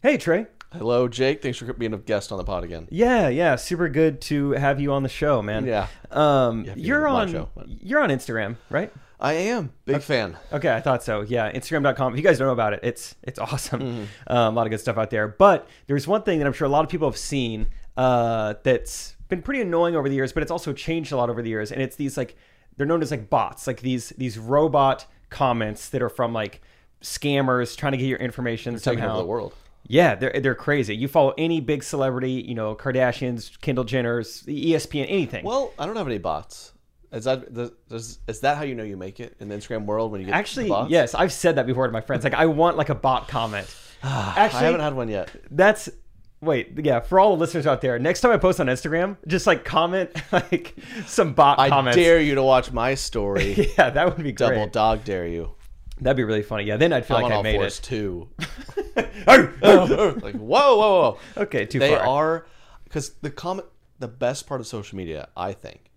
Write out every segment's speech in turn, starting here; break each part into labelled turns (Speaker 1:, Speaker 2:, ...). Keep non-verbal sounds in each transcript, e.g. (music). Speaker 1: Hey, Trey.
Speaker 2: Hello, Jake. Thanks for being a guest on the pod again.
Speaker 1: Yeah, yeah. Super good to have you on the show, man.
Speaker 2: Yeah.
Speaker 1: Um,
Speaker 2: Yeah, if you
Speaker 1: you're
Speaker 2: did my
Speaker 1: on
Speaker 2: show, but-
Speaker 1: you're on Instagram, right?
Speaker 2: I am big fan.
Speaker 1: Okay, I thought so. Yeah, Instagram.com. If you guys don't know about it, it's it's awesome.
Speaker 2: Mm-hmm.
Speaker 1: Um, a lot of good stuff out there. But there's one thing that I'm sure a lot of people have seen uh, that's been pretty annoying over the years, but it's also changed a lot over the years. And it's these like they're known as like bots, like these these robot comments that are from like scammers trying to get your information
Speaker 2: Taking
Speaker 1: somehow.
Speaker 2: over the world.
Speaker 1: Yeah, they're they're crazy. You follow any big celebrity, you know, Kardashians, Kendall Jenner's, E ESPN, anything.
Speaker 2: Well, I don't have any bots. Is that does- does, is that how you know you make it in the Instagram world when you get the
Speaker 1: actually,
Speaker 2: bots?
Speaker 1: yes, I've said that before to my friends. Like, I want like a bot comment.
Speaker 2: (sighs) I
Speaker 1: actually,
Speaker 2: haven't had one yet.
Speaker 1: that's wait, yeah. For all the listeners out there, next time I post on Instagram, just like comment (laughs) like some bot
Speaker 2: I
Speaker 1: comments.
Speaker 2: dare you to watch my story.
Speaker 1: (laughs) yeah, that would be (laughs) great.
Speaker 2: Double dog dare you.
Speaker 1: That'd be really funny. Yeah, then I'd feel
Speaker 2: I'm
Speaker 1: like
Speaker 2: on
Speaker 1: I
Speaker 2: all
Speaker 1: made
Speaker 2: fours
Speaker 1: it. (laughs)
Speaker 2: too.
Speaker 1: Oh,
Speaker 2: (laughs) like whoa, whoa, whoa.
Speaker 1: okay, too
Speaker 2: they
Speaker 1: far.
Speaker 2: are because the comment the best part of social media i think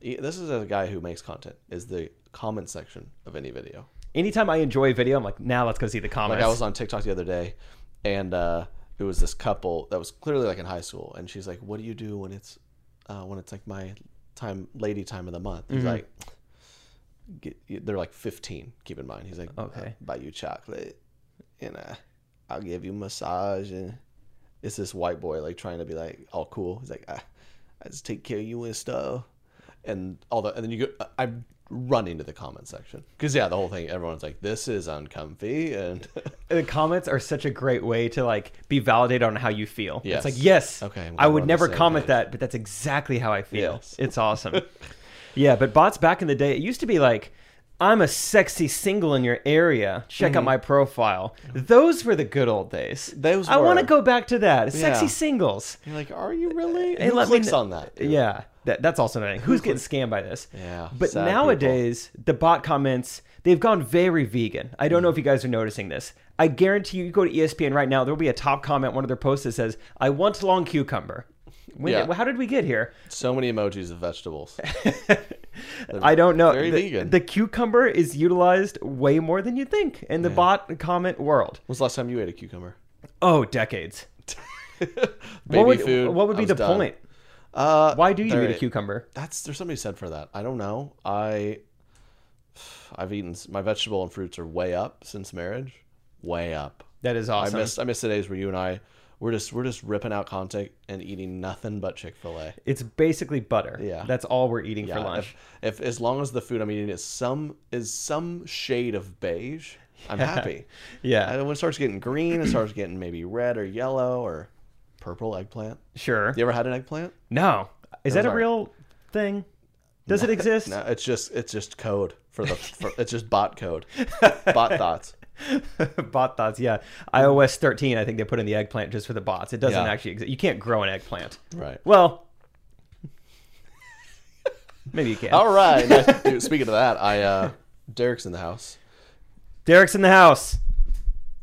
Speaker 2: e- this is a guy who makes content is the comment section of any video
Speaker 1: Anytime I enjoy a video, I'm like, now let's go see the comments.
Speaker 2: like i was on tiktok the other day and uh it was this couple that was clearly like in high school and she's like what do you do when it's uh when it's like my time lady time of the month he's like get, they're like 15 keep in mind he's like
Speaker 1: Okay.
Speaker 2: "I'll buy you chocolate and uh i'll give you massage and it's this white boy like trying to be like all cool. He's like, I, I just take care of you and stuff, and all that. And then you go, uh, I'm running to the comment section because yeah, the whole thing. Everyone's like, this is uncomfy, and (laughs)
Speaker 1: the comments are such a great way to like be validated on how you feel.
Speaker 2: Yes.
Speaker 1: It's like, yes,
Speaker 2: Okay,
Speaker 1: I
Speaker 2: we're
Speaker 1: would
Speaker 2: on the
Speaker 1: never
Speaker 2: same
Speaker 1: comment
Speaker 2: page.
Speaker 1: that, but that's exactly how I feel.
Speaker 2: Yes. (laughs)
Speaker 1: It's awesome. yeah, but bots back in the day, it used to be like, I'm a sexy single in your area. Check
Speaker 2: Mm-hmm.
Speaker 1: out my profile. Those were the good old days.
Speaker 2: Those
Speaker 1: I want to
Speaker 2: were.
Speaker 1: go back to that. Sexy
Speaker 2: Yeah.
Speaker 1: singles.
Speaker 2: you're like, are you really?
Speaker 1: Hey,
Speaker 2: And Who
Speaker 1: let me
Speaker 2: clicks
Speaker 1: kn-
Speaker 2: on that? dude?
Speaker 1: Yeah, that, that's also another thing. Who's getting scammed by this?
Speaker 2: Yeah,
Speaker 1: But
Speaker 2: sad
Speaker 1: nowadays, the bot comments, they've gone very vegan. I don't know if you guys are noticing this. I guarantee you, you go to E ESPN right now, there'll be a top comment, one of their posts that says, I want long cucumber. When,
Speaker 2: Yeah.
Speaker 1: How did we get here?
Speaker 2: so many emojis
Speaker 1: (laughs)
Speaker 2: of vegetables.
Speaker 1: I don't know.
Speaker 2: very
Speaker 1: the,
Speaker 2: vegan.
Speaker 1: the cucumber is utilized way more than you think in the bot comment world.
Speaker 2: When's the last time you ate a cucumber?
Speaker 1: Oh, decades.
Speaker 2: Baby
Speaker 1: what would,
Speaker 2: food.
Speaker 1: What would
Speaker 2: I
Speaker 1: be
Speaker 2: was
Speaker 1: the
Speaker 2: done.
Speaker 1: point?
Speaker 2: Uh,
Speaker 1: Why do you
Speaker 2: all
Speaker 1: eat a
Speaker 2: right.
Speaker 1: cucumber?
Speaker 2: that's there's somebody said for that. I don't know. I I've eaten my vegetable and fruits are way up since marriage. Way up.
Speaker 1: That is
Speaker 2: I
Speaker 1: awesome.
Speaker 2: miss I miss the days where you and I we're just we're just ripping out content and eating nothing but Chick Fil A.
Speaker 1: it's basically butter.
Speaker 2: Yeah.
Speaker 1: That's all we're eating for lunch.
Speaker 2: If, if as long as the food I'm eating is some is some shade of beige,
Speaker 1: (laughs)
Speaker 2: I'm happy.
Speaker 1: Yeah.
Speaker 2: And when it starts getting green, it starts getting maybe red or yellow or purple eggplant.
Speaker 1: Sure.
Speaker 2: You ever had an eggplant?
Speaker 1: No. Is that a
Speaker 2: our-
Speaker 1: real thing? Does it exist? (laughs)
Speaker 2: No, (laughs) it's just it's just code for (laughs) the for, it's just bot code, bot thoughts.
Speaker 1: Bot thoughts, yeah. iOS 13, I think they put in the eggplant just for the bots. It doesn't
Speaker 2: Yeah.
Speaker 1: actually exist. You can't grow an eggplant.
Speaker 2: Right.
Speaker 1: Well, (laughs) maybe you can.
Speaker 2: All right. Nice. (laughs) Dude, speaking of that, I uh, Derek's in the house.
Speaker 1: Derek's in the house.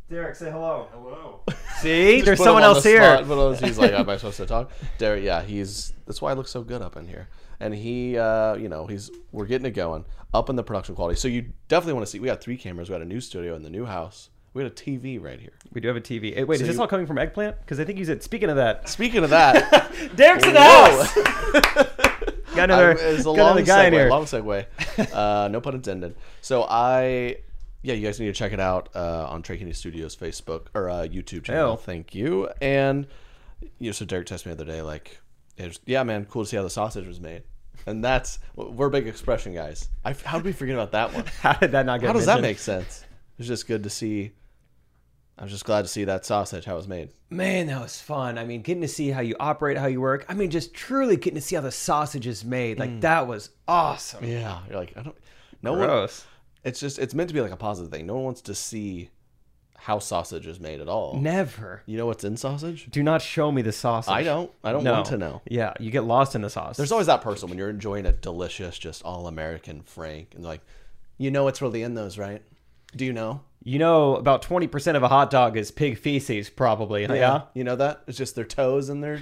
Speaker 1: Derek, say hello. Hello. (laughs) See, there's
Speaker 2: Put him
Speaker 1: someone
Speaker 2: on the
Speaker 1: else here.
Speaker 2: spot, put him- he's like, am I supposed to talk? Derek, yeah, he's that's why I look so good up in here. And he, uh, you know, he's we're getting it going up in the production quality. So you definitely want to see. We got three cameras. We got a new studio in the new house. We got a TV right here.
Speaker 1: We do have a TV. Eh, Wait, is this
Speaker 2: you-
Speaker 1: all coming from eggplant? Because I think you said. Speaking of that, (laughs)
Speaker 2: Speaking of that,
Speaker 1: Derek's (laughs) in the
Speaker 2: Whoa.
Speaker 1: house. got another,
Speaker 2: (laughs) I- it's a
Speaker 1: got
Speaker 2: long
Speaker 1: another guy
Speaker 2: segue,
Speaker 1: in here.
Speaker 2: Long segue.
Speaker 1: (laughs)
Speaker 2: Uh, no pun intended. So I, yeah, you guys need to check it out uh, on Trey Kenny Studios Facebook or uh, YouTube channel.
Speaker 1: Oh.
Speaker 2: Thank you. And you know, so Derek texted me the other day, like, it was- yeah, man, cool to see how the sausage was made. And that's we're big expression guys. I, how did we forget about
Speaker 1: (laughs)
Speaker 2: that one?
Speaker 1: How did that not get?
Speaker 2: (laughs) How does that
Speaker 1: mentioned?
Speaker 2: make sense? It's just good to see. I'm just glad to see that sausage how it was made.
Speaker 1: Man, that was fun. I mean, getting to see how you operate, how you work. I mean, just truly getting to see how the sausage is made.
Speaker 2: Mm.
Speaker 1: Like that was awesome.
Speaker 2: Yeah, you're like I don't. No one,
Speaker 1: Gross.
Speaker 2: it's just it's meant to be like a positive thing. No one wants to see how sausage is made at all.
Speaker 1: Never.
Speaker 2: you know what's in sausage?
Speaker 1: Do not show me the sausage.
Speaker 2: I don't. I don't
Speaker 1: No.
Speaker 2: want to know.
Speaker 1: Yeah, you get lost in the sauce.
Speaker 2: There's always that person when you're enjoying a delicious, just all American Frank, and they're like, you know what's really in those, right? Do you know?
Speaker 1: you know, about twenty percent of a hot dog is pig feces, probably. Yeah, yeah,
Speaker 2: You know that? It's just their toes
Speaker 1: (laughs)
Speaker 2: and their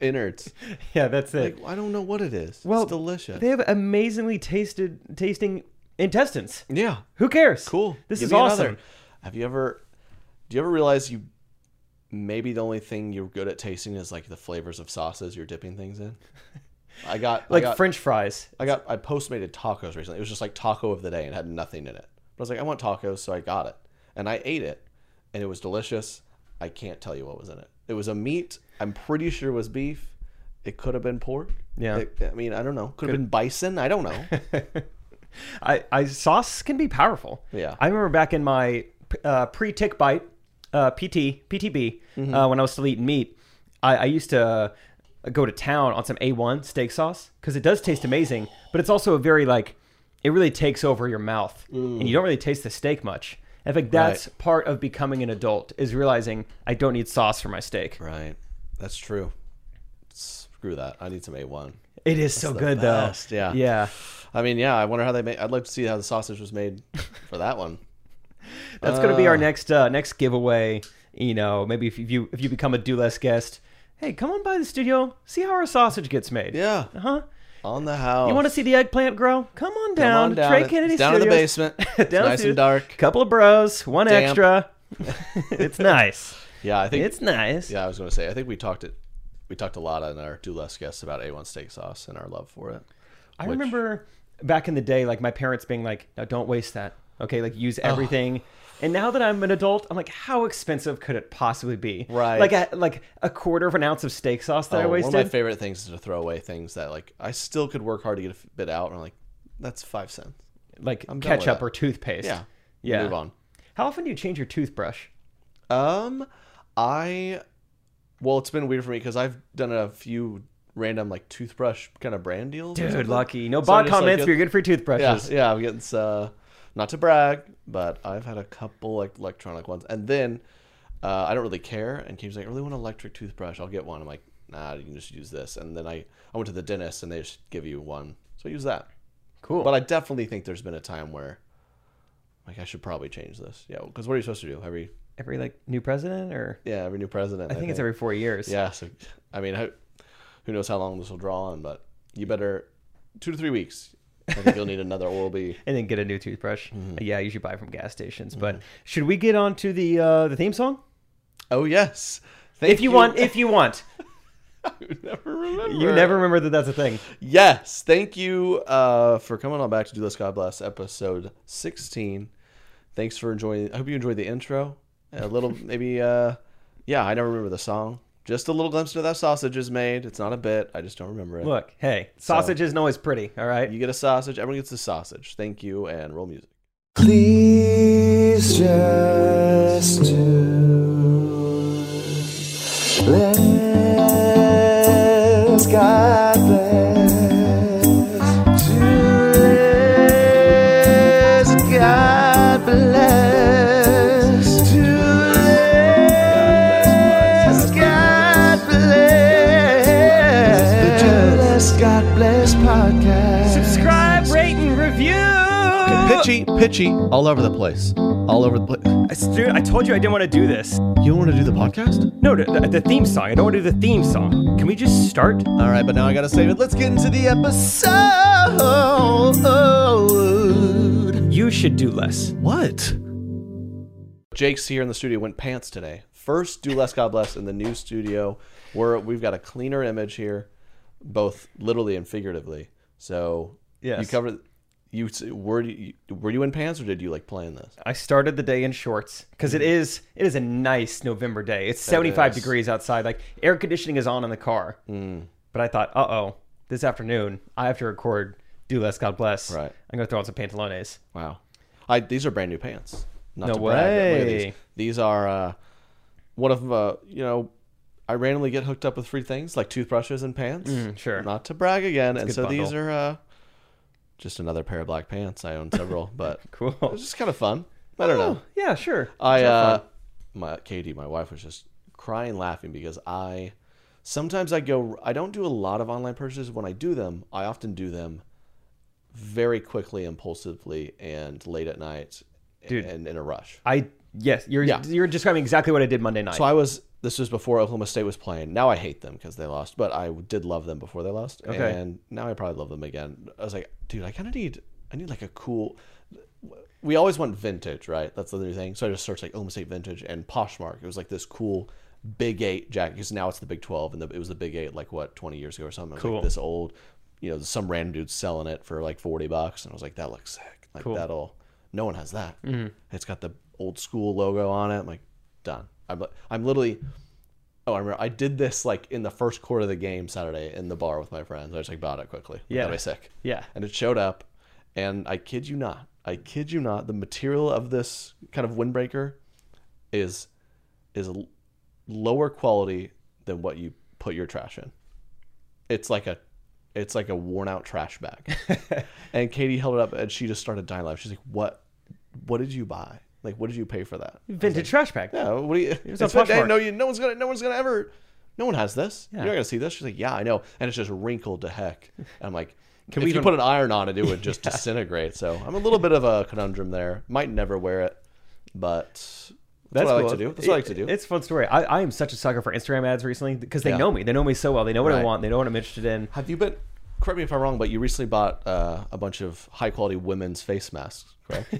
Speaker 2: innards.
Speaker 1: that's it.
Speaker 2: Like, I don't know what it is.
Speaker 1: well,
Speaker 2: it's delicious.
Speaker 1: They have amazingly tasted tasting intestines.
Speaker 2: yeah.
Speaker 1: Who cares?
Speaker 2: Cool.
Speaker 1: This
Speaker 2: Give
Speaker 1: is
Speaker 2: me another.
Speaker 1: awesome.
Speaker 2: Have you ever do you ever realize you maybe the only thing you're good at tasting is like the flavors of sauces you're dipping things in? I got
Speaker 1: Like
Speaker 2: I got,
Speaker 1: French fries.
Speaker 2: I got I postmated tacos recently. It was just like taco of the day and had nothing in it. But I was like, I want tacos, so I got it. And I ate it and it was delicious. I can't tell you what was in it. It was a meat, I'm pretty sure it was beef. It could have been pork.
Speaker 1: Yeah.
Speaker 2: It- I mean, I don't know. Could have been bison. I don't know.
Speaker 1: I, I sauce can be powerful.
Speaker 2: Yeah.
Speaker 1: I remember back in my uh, pre tick bite, uh, PT, PTB,
Speaker 2: Mm-hmm.
Speaker 1: uh, when I was still eating meat, I, I used to uh, go to town on some A1 steak sauce because it does taste amazing, but it's also a very like, it really takes over your mouth
Speaker 2: Mm.
Speaker 1: and you don't really taste the steak much. In fact, that's part of becoming an adult is realizing I don't need sauce for my steak.
Speaker 2: right. That's true. Screw that. I need some A1.
Speaker 1: It is so good
Speaker 2: best,
Speaker 1: though.
Speaker 2: yeah.
Speaker 1: Yeah.
Speaker 2: I mean, yeah, I wonder how they made I'd like to see how the sausage was made for that one.
Speaker 1: That's going to be our next uh, next giveaway. You know, maybe if you if you become a do less guest, hey, come on by the studio, see how our sausage gets made.
Speaker 2: (laughs) Yeah.
Speaker 1: Huh?
Speaker 2: On the house.
Speaker 1: Uh-huh. You want to see the eggplant grow? Come on
Speaker 2: Come
Speaker 1: down,
Speaker 2: on down.
Speaker 1: Trey
Speaker 2: It's
Speaker 1: Kennedy
Speaker 2: down in the
Speaker 1: Studios.
Speaker 2: basement. It's
Speaker 1: (laughs) Down
Speaker 2: nice
Speaker 1: to-
Speaker 2: and dark.
Speaker 1: Couple of bros, one
Speaker 2: Damp. (laughs)
Speaker 1: extra. it's nice.
Speaker 2: Yeah, I think
Speaker 1: It's nice.
Speaker 2: Yeah, I was going to say. I think we talked it. We talked a lot on our do less guests about A1 steak sauce and our love for it.
Speaker 1: I remember back in the day, like my parents being like, no, don't waste that. Okay, like use everything. And now that I'm an adult, I'm like, how expensive could it possibly be?
Speaker 2: Right.
Speaker 1: Like a, like a quarter of an ounce of steak sauce that I
Speaker 2: Oh, one
Speaker 1: wasted.
Speaker 2: of my favorite things is to throw away things that like I still could work hard to get a f- bit out, and I'm like, that's five cents.
Speaker 1: like
Speaker 2: done with
Speaker 1: ketchup
Speaker 2: that.
Speaker 1: or toothpaste.
Speaker 2: Yeah,
Speaker 1: Yeah.
Speaker 2: Move on.
Speaker 1: How often do you change your toothbrush?
Speaker 2: Um, I, well, it's been weird for me because I've done a few random like toothbrush kind of brand deals. or
Speaker 1: Dude,
Speaker 2: something.
Speaker 1: lucky. No
Speaker 2: So I'm
Speaker 1: bot
Speaker 2: just, like,
Speaker 1: comments,
Speaker 2: get-
Speaker 1: but you're good for your
Speaker 2: (laughs) Yeah,
Speaker 1: toothbrushes.
Speaker 2: yeah, I'm getting uh, not to brag, but I've had a couple like electronic ones, and then uh, I don't really care. And Kim's like, I really want an electric toothbrush. I'll get one. I'm like, nah, you can just use this. And then I I went to the dentist, and they just give you one, so I use that.
Speaker 1: Cool.
Speaker 2: But I definitely think there's been a time where like I should probably change this. Yeah, because what are you supposed to do every
Speaker 1: Every like new president or
Speaker 2: yeah every new president?
Speaker 1: I think it's every four years.
Speaker 2: yeah. So I mean, I, who knows how long this will draw on? But you better two to three weeks. I think you'll need another
Speaker 1: (laughs)
Speaker 2: Oral B.
Speaker 1: And then get a new toothbrush.
Speaker 2: Mm-hmm.
Speaker 1: Yeah, I usually buy from gas stations. But should we get on to the uh, the theme song?
Speaker 2: Oh yes. Thank
Speaker 1: If you
Speaker 2: (laughs)
Speaker 1: want, if you want.
Speaker 2: never remember.
Speaker 1: (laughs) You never remember that that's a thing.
Speaker 2: Yes. Thank you uh, for coming on back to Do This God Bless episode 16. Thanks for enjoying. I hope you enjoyed the intro. A little, (laughs) maybe, uh, yeah, I never remember the song. Just a little glimpse into that sausage is made. It's not a bit. I just don't remember it.
Speaker 1: Look, hey, sausage isn't always pretty, all right?
Speaker 2: You get a sausage. Everyone gets a sausage. Thank you and roll music.
Speaker 3: Please just do. Let's God bless. Do let's God bless. Do let's God bless. The Do Less God Bless podcast.
Speaker 1: Subscribe, rate, and review.
Speaker 2: Pitchy, pitchy, all over the place. All over the place.
Speaker 1: I, dude, I told you I didn't want to do this.
Speaker 2: You want to do the podcast?
Speaker 1: No, the, the theme song. I don't want to do the theme song. Can we just start?
Speaker 2: All right, but now I got to save it. Let's get into the episode.
Speaker 1: You should do less.
Speaker 2: What? Jake's here in the studio. Went pants today. First, do less, God bless, in the new studio. Where we've got a cleaner image here, both literally and figuratively. So
Speaker 1: Yes.
Speaker 2: you covered. You s- were you, were you in pants or did you like plan this?
Speaker 1: I started the day in shorts because it is it is a nice November day. It's 75
Speaker 2: is.
Speaker 1: degrees outside. Like air conditioning is on in the car. But I thought, uh oh, this afternoon I have to record. Do less, God bless.
Speaker 2: Right.
Speaker 1: I'm gonna throw on some pantalones.
Speaker 2: Wow, I these are brand new pants. Not
Speaker 1: No
Speaker 2: to brag, but look at
Speaker 1: way.
Speaker 2: These. these are uh, one of uh, you know. I randomly get hooked up with free things like toothbrushes and pants.
Speaker 1: Mm, sure.
Speaker 2: Not to brag again. and
Speaker 1: good
Speaker 2: so these
Speaker 1: bundle. (laughs)
Speaker 2: are uh, just another pair of black pants. I own several, but
Speaker 1: Cool. Oh,
Speaker 2: it's just kind of fun. I don't know.
Speaker 1: Yeah, sure.
Speaker 2: I uh, my Katie, my wife was just crying laughing because I sometimes I go I don't do a lot of online purchases when I do them I often do them very quickly impulsively and late at night
Speaker 1: Dude.
Speaker 2: and in a rush.
Speaker 1: I yes, you're
Speaker 2: Yeah.
Speaker 1: you're describing exactly what I did Monday night.
Speaker 2: So I was this was before Oklahoma State was playing. Now I hate them because they lost, but I did love them before they lost,
Speaker 1: Okay.
Speaker 2: and now I probably love them again. I was like, dude, I kind of need I need like a cool. We always want vintage, right? That's the new thing. So I just searched like Oklahoma State vintage and Poshmark. It was like this cool Big Eight jacket because now it's the Big Twelve, and the, it was the Big Eight like what twenty years ago or something. It was
Speaker 1: Cool.
Speaker 2: Like this old, you know, some random dude selling it for like forty bucks, and I was like, that looks sick. Like that'll. No one has that.
Speaker 1: Mm-hmm.
Speaker 2: It's got the old school logo on it. I'm like, done. I'm I'm literally. Oh, I remember. I did this like in the first quarter of the game Saturday in the bar with my friends. I just like bought it quickly.
Speaker 1: Yeah.
Speaker 2: that'll be sick.
Speaker 1: Yeah.
Speaker 2: and it showed up, and I kid you not, I kid you not, the material of this kind of windbreaker is is l- lower quality than what you put your trash in. It's like a it's like a worn out
Speaker 1: (laughs)
Speaker 2: trash bag. and Katie held it up and she just started dying laughing. She's like, "What? What did you buy? Like, what did you pay for that?"
Speaker 1: Vintage trash bag.
Speaker 2: Yeah, what do you? It's
Speaker 1: on
Speaker 2: like, hey,
Speaker 1: Poshmark.
Speaker 2: no, you, no one's gonna, no one's gonna ever, no one has this. You're not gonna see this. She's like, yeah, I know, and it's just wrinkled to heck. And
Speaker 1: (laughs)
Speaker 2: I'm like, can
Speaker 1: we
Speaker 2: we
Speaker 1: even-
Speaker 2: put an iron on it? It
Speaker 1: (laughs)
Speaker 2: would just disintegrate. So I'm a little bit of a conundrum there. Might never wear it, but that's, what I like
Speaker 1: cool.
Speaker 2: to do. That's what I like to do.
Speaker 1: It- It's a fun story. I, I am such a sucker for Instagram ads recently because they
Speaker 2: Yeah.
Speaker 1: know me. They know me so well. They know what I
Speaker 2: Right.
Speaker 1: want. They know what I'm interested in.
Speaker 2: Have you been? Correct me if I'm wrong, but you recently bought uh, a bunch of high quality women's face masks, correct?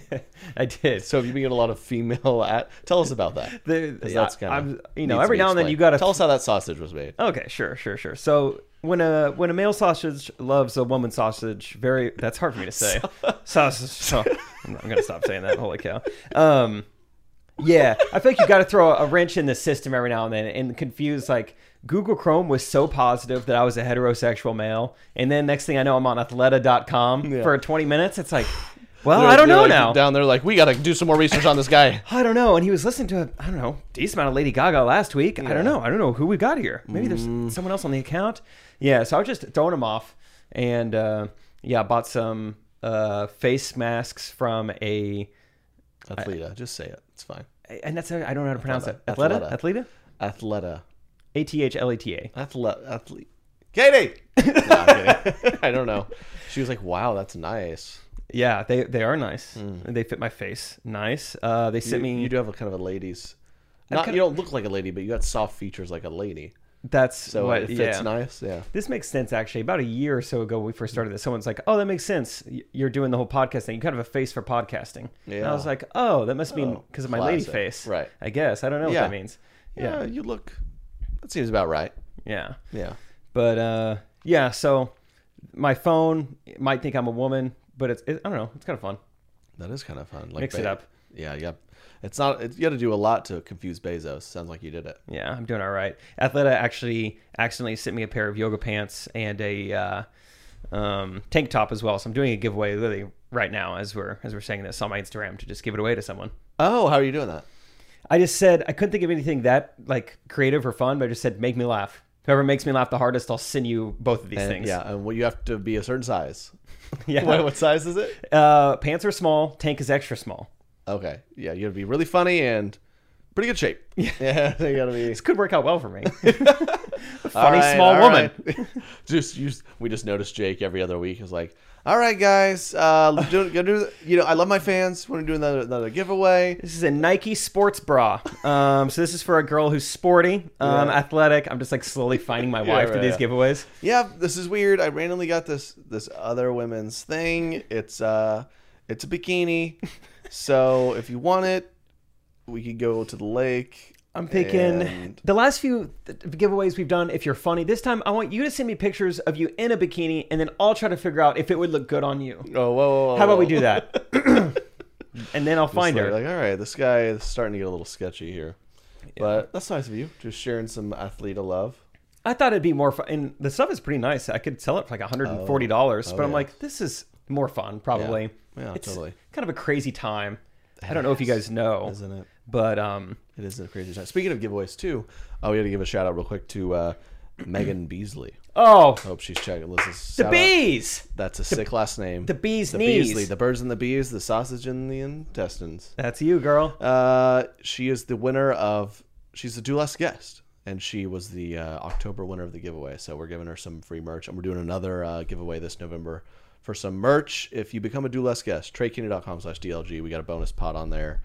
Speaker 1: (laughs) I did.
Speaker 2: so have you been getting a lot of female at? Tell us about that.
Speaker 1: (laughs) The-
Speaker 2: 'Cause that's
Speaker 1: I-
Speaker 2: kinda
Speaker 1: I'm- you know,
Speaker 2: needs to
Speaker 1: every
Speaker 2: be
Speaker 1: now and then you
Speaker 2: explained.
Speaker 1: gotta-
Speaker 2: tell us how that sausage was made.
Speaker 1: Okay, sure, sure, sure. So when a when a male sausage loves a woman sausage, very that's hard for me to
Speaker 2: (laughs)
Speaker 1: say. sausage. So I'm, I'm gonna stop saying that. Holy cow. Um, yeah, I feel like you got to throw a wrench in the system every now and then and confuse like Google Chrome was so positive that I was a heterosexual male, and then next thing I know, I'm on Athleta.com for 20 minutes. It's
Speaker 2: (sighs)
Speaker 1: like, well, Oh, I
Speaker 2: They're-
Speaker 1: don't
Speaker 2: they're,
Speaker 1: know
Speaker 2: like,
Speaker 1: now.
Speaker 2: Down there, like we gotta do some more research on this guy.
Speaker 1: I don't know. And he was listening to a, I don't know, decent amount of Lady Gaga last week. I don't know. I don't know who we got here. Maybe
Speaker 2: Mm.
Speaker 1: there's someone else on the account. Yeah. So I was just throwing him off, and uh, yeah, I bought some uh, face masks from a,
Speaker 2: Athleta, just say it. It's fine.
Speaker 1: and that's I don't know how to pronounce it. Athleta,
Speaker 2: Athleta.
Speaker 1: Athleta,
Speaker 2: Athleta,
Speaker 1: A T H L E T A.
Speaker 2: athlete, athlete. Katie. No, I'm kidding. (laughs) I don't know. She was like, "Wow, that's nice."
Speaker 1: Yeah, they they are nice. They fit my face. Nice. Uh, they
Speaker 2: Hmm. You,
Speaker 1: sent me.
Speaker 2: you do have a kind of a lady's. Not, you don't look like a lady, but you got soft features like a lady,
Speaker 1: that's
Speaker 2: so
Speaker 1: what,
Speaker 2: it fits
Speaker 1: yeah.
Speaker 2: nice. Yeah.
Speaker 1: This makes sense, actually. About a year or so ago, when we first started this, someone's like, "Oh, that makes sense. Y- You're doing the whole podcast thing. You kind of have a face for podcasting." And I
Speaker 2: Yeah.
Speaker 1: was like, "Oh, that must mean
Speaker 2: Oh,
Speaker 1: because of my lady
Speaker 2: classic.
Speaker 1: face,
Speaker 2: Right.
Speaker 1: I guess I don't know
Speaker 2: Yeah.
Speaker 1: what that means.
Speaker 2: yeah, you look. That seems about right.
Speaker 1: Yeah,
Speaker 2: Yeah.
Speaker 1: but uh, yeah. So my phone might think I'm a woman, but it's it, I don't know. It's kind of fun.
Speaker 2: That is kind of fun. Like
Speaker 1: Mix it
Speaker 2: Be-
Speaker 1: up.
Speaker 2: Yeah, yep. It's not. It's, you got to do a lot to confuse Bezos. Sounds like you did it.
Speaker 1: Yeah, I'm doing all right. Athleta actually accidentally sent me a pair of yoga pants and a uh, um, tank top as well. So I'm doing a giveaway literally right now as we're as we're saying this on my Instagram to just give it away to someone.
Speaker 2: Oh, how are you doing that?
Speaker 1: I just said I couldn't think of anything that like creative or fun, but I just said make me laugh. Whoever makes me laugh the hardest, I'll send you both of these
Speaker 2: And,
Speaker 1: things.
Speaker 2: Yeah, and well, you have to be a certain (laughs) size.
Speaker 1: (laughs) Yeah.
Speaker 2: what, what size is it?
Speaker 1: Uh, pants are small. Tank is extra small.
Speaker 2: Okay. Yeah, you gotta be really funny and pretty good shape. (laughs) Yeah, you gotta be (laughs)
Speaker 1: This could work out well for me.
Speaker 2: All
Speaker 1: funny small woman.
Speaker 2: (laughs) right. just you, we just noticed Jake every other week is like, all right, guys, uh, (laughs) do, gonna do, you know, I love my fans. Want to do another, another giveaway?
Speaker 1: this is a Nike sports bra. Um, so this is for a girl who's sporty, um,
Speaker 2: Yeah.
Speaker 1: athletic. I'm just like slowly finding my wife
Speaker 2: right,
Speaker 1: to these
Speaker 2: yeah.
Speaker 1: giveaways.
Speaker 2: Yeah, this is weird. I randomly got this this other women's thing. It's uh, it's a (laughs) bikini. so if you want it, we could go to the lake.
Speaker 1: I'm thinking
Speaker 2: And-
Speaker 1: the last few th- giveaways we've done. If you're funny, this time I want you to send me pictures of you in a bikini, and then I'll try to figure out if it would look good on you.
Speaker 2: Oh, whoa, whoa, whoa,
Speaker 1: How about we
Speaker 2: whoa.
Speaker 1: do
Speaker 2: (laughs)
Speaker 1: that? (clears throat) and then I'll find
Speaker 2: Just
Speaker 1: her.
Speaker 2: Like, like, all right, this guy is starting to get a little sketchy here. But that's nice of you. Just sharing some athlete love.
Speaker 1: I thought it'd be more fun. And the stuff is pretty nice. I could sell it for like $140, but I'm
Speaker 2: Oh, yeah.
Speaker 1: like, this is more fun, probably.
Speaker 2: Yeah. Yeah,
Speaker 1: It's
Speaker 2: totally.
Speaker 1: Kind of a crazy time. I don't know if you guys know,
Speaker 2: Isn't it?
Speaker 1: but um,
Speaker 2: It is a crazy time. Speaking of giveaways, too, uh, we had to give a shout out real quick to uh, Megan Beasley.
Speaker 1: Oh,
Speaker 2: I hope she's checking. Listen,
Speaker 1: the
Speaker 2: shout out.
Speaker 1: bees.
Speaker 2: That's a sick last name.
Speaker 1: the bee's
Speaker 2: the
Speaker 1: knees.
Speaker 2: Beasley, the birds and the bees, the sausage and the intestines.
Speaker 1: That's you, girl.
Speaker 2: Uh, she is the winner of. She's the do less guest, and she was the uh, October winner of the giveaway. So we're giving her some free merch, and we're doing another uh, giveaway this November for some merch. If you become a do less guest, tradekeener.com slash DLG. We got a bonus pot on there.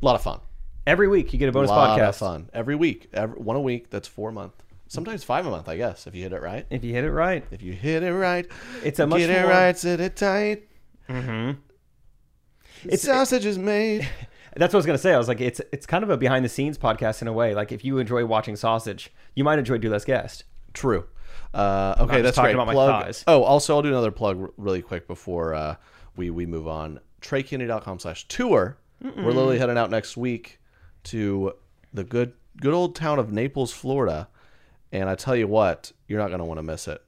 Speaker 2: A lot of fun.
Speaker 1: Every week you get a bonus
Speaker 2: lot
Speaker 1: podcast.
Speaker 2: of fun every week. Every, one a week. That's four a month. Sometimes five a month, I guess, if you hit it right.
Speaker 1: If you hit it right,
Speaker 2: If you hit it right,
Speaker 1: It's a much
Speaker 2: get it
Speaker 1: more-
Speaker 2: right, sit it tight. Mm-hmm.
Speaker 1: It's-
Speaker 2: sausage is made.
Speaker 1: that's what I was gonna say. I was like, it's it's kind of a behind the scenes podcast in a way. Like if you enjoy watching sausage, you might enjoy do less guest.
Speaker 2: True. Uh, okay,
Speaker 1: just
Speaker 2: that's
Speaker 1: talking
Speaker 2: great.
Speaker 1: about my
Speaker 2: plug.
Speaker 1: thighs.
Speaker 2: Oh, also, I'll do another plug r- really quick before uh, we we move on. TreyKennedy.com slash tour. We're literally heading out next week to the good good old town of Naples, Florida. And I tell you what, you're not going to want to miss it.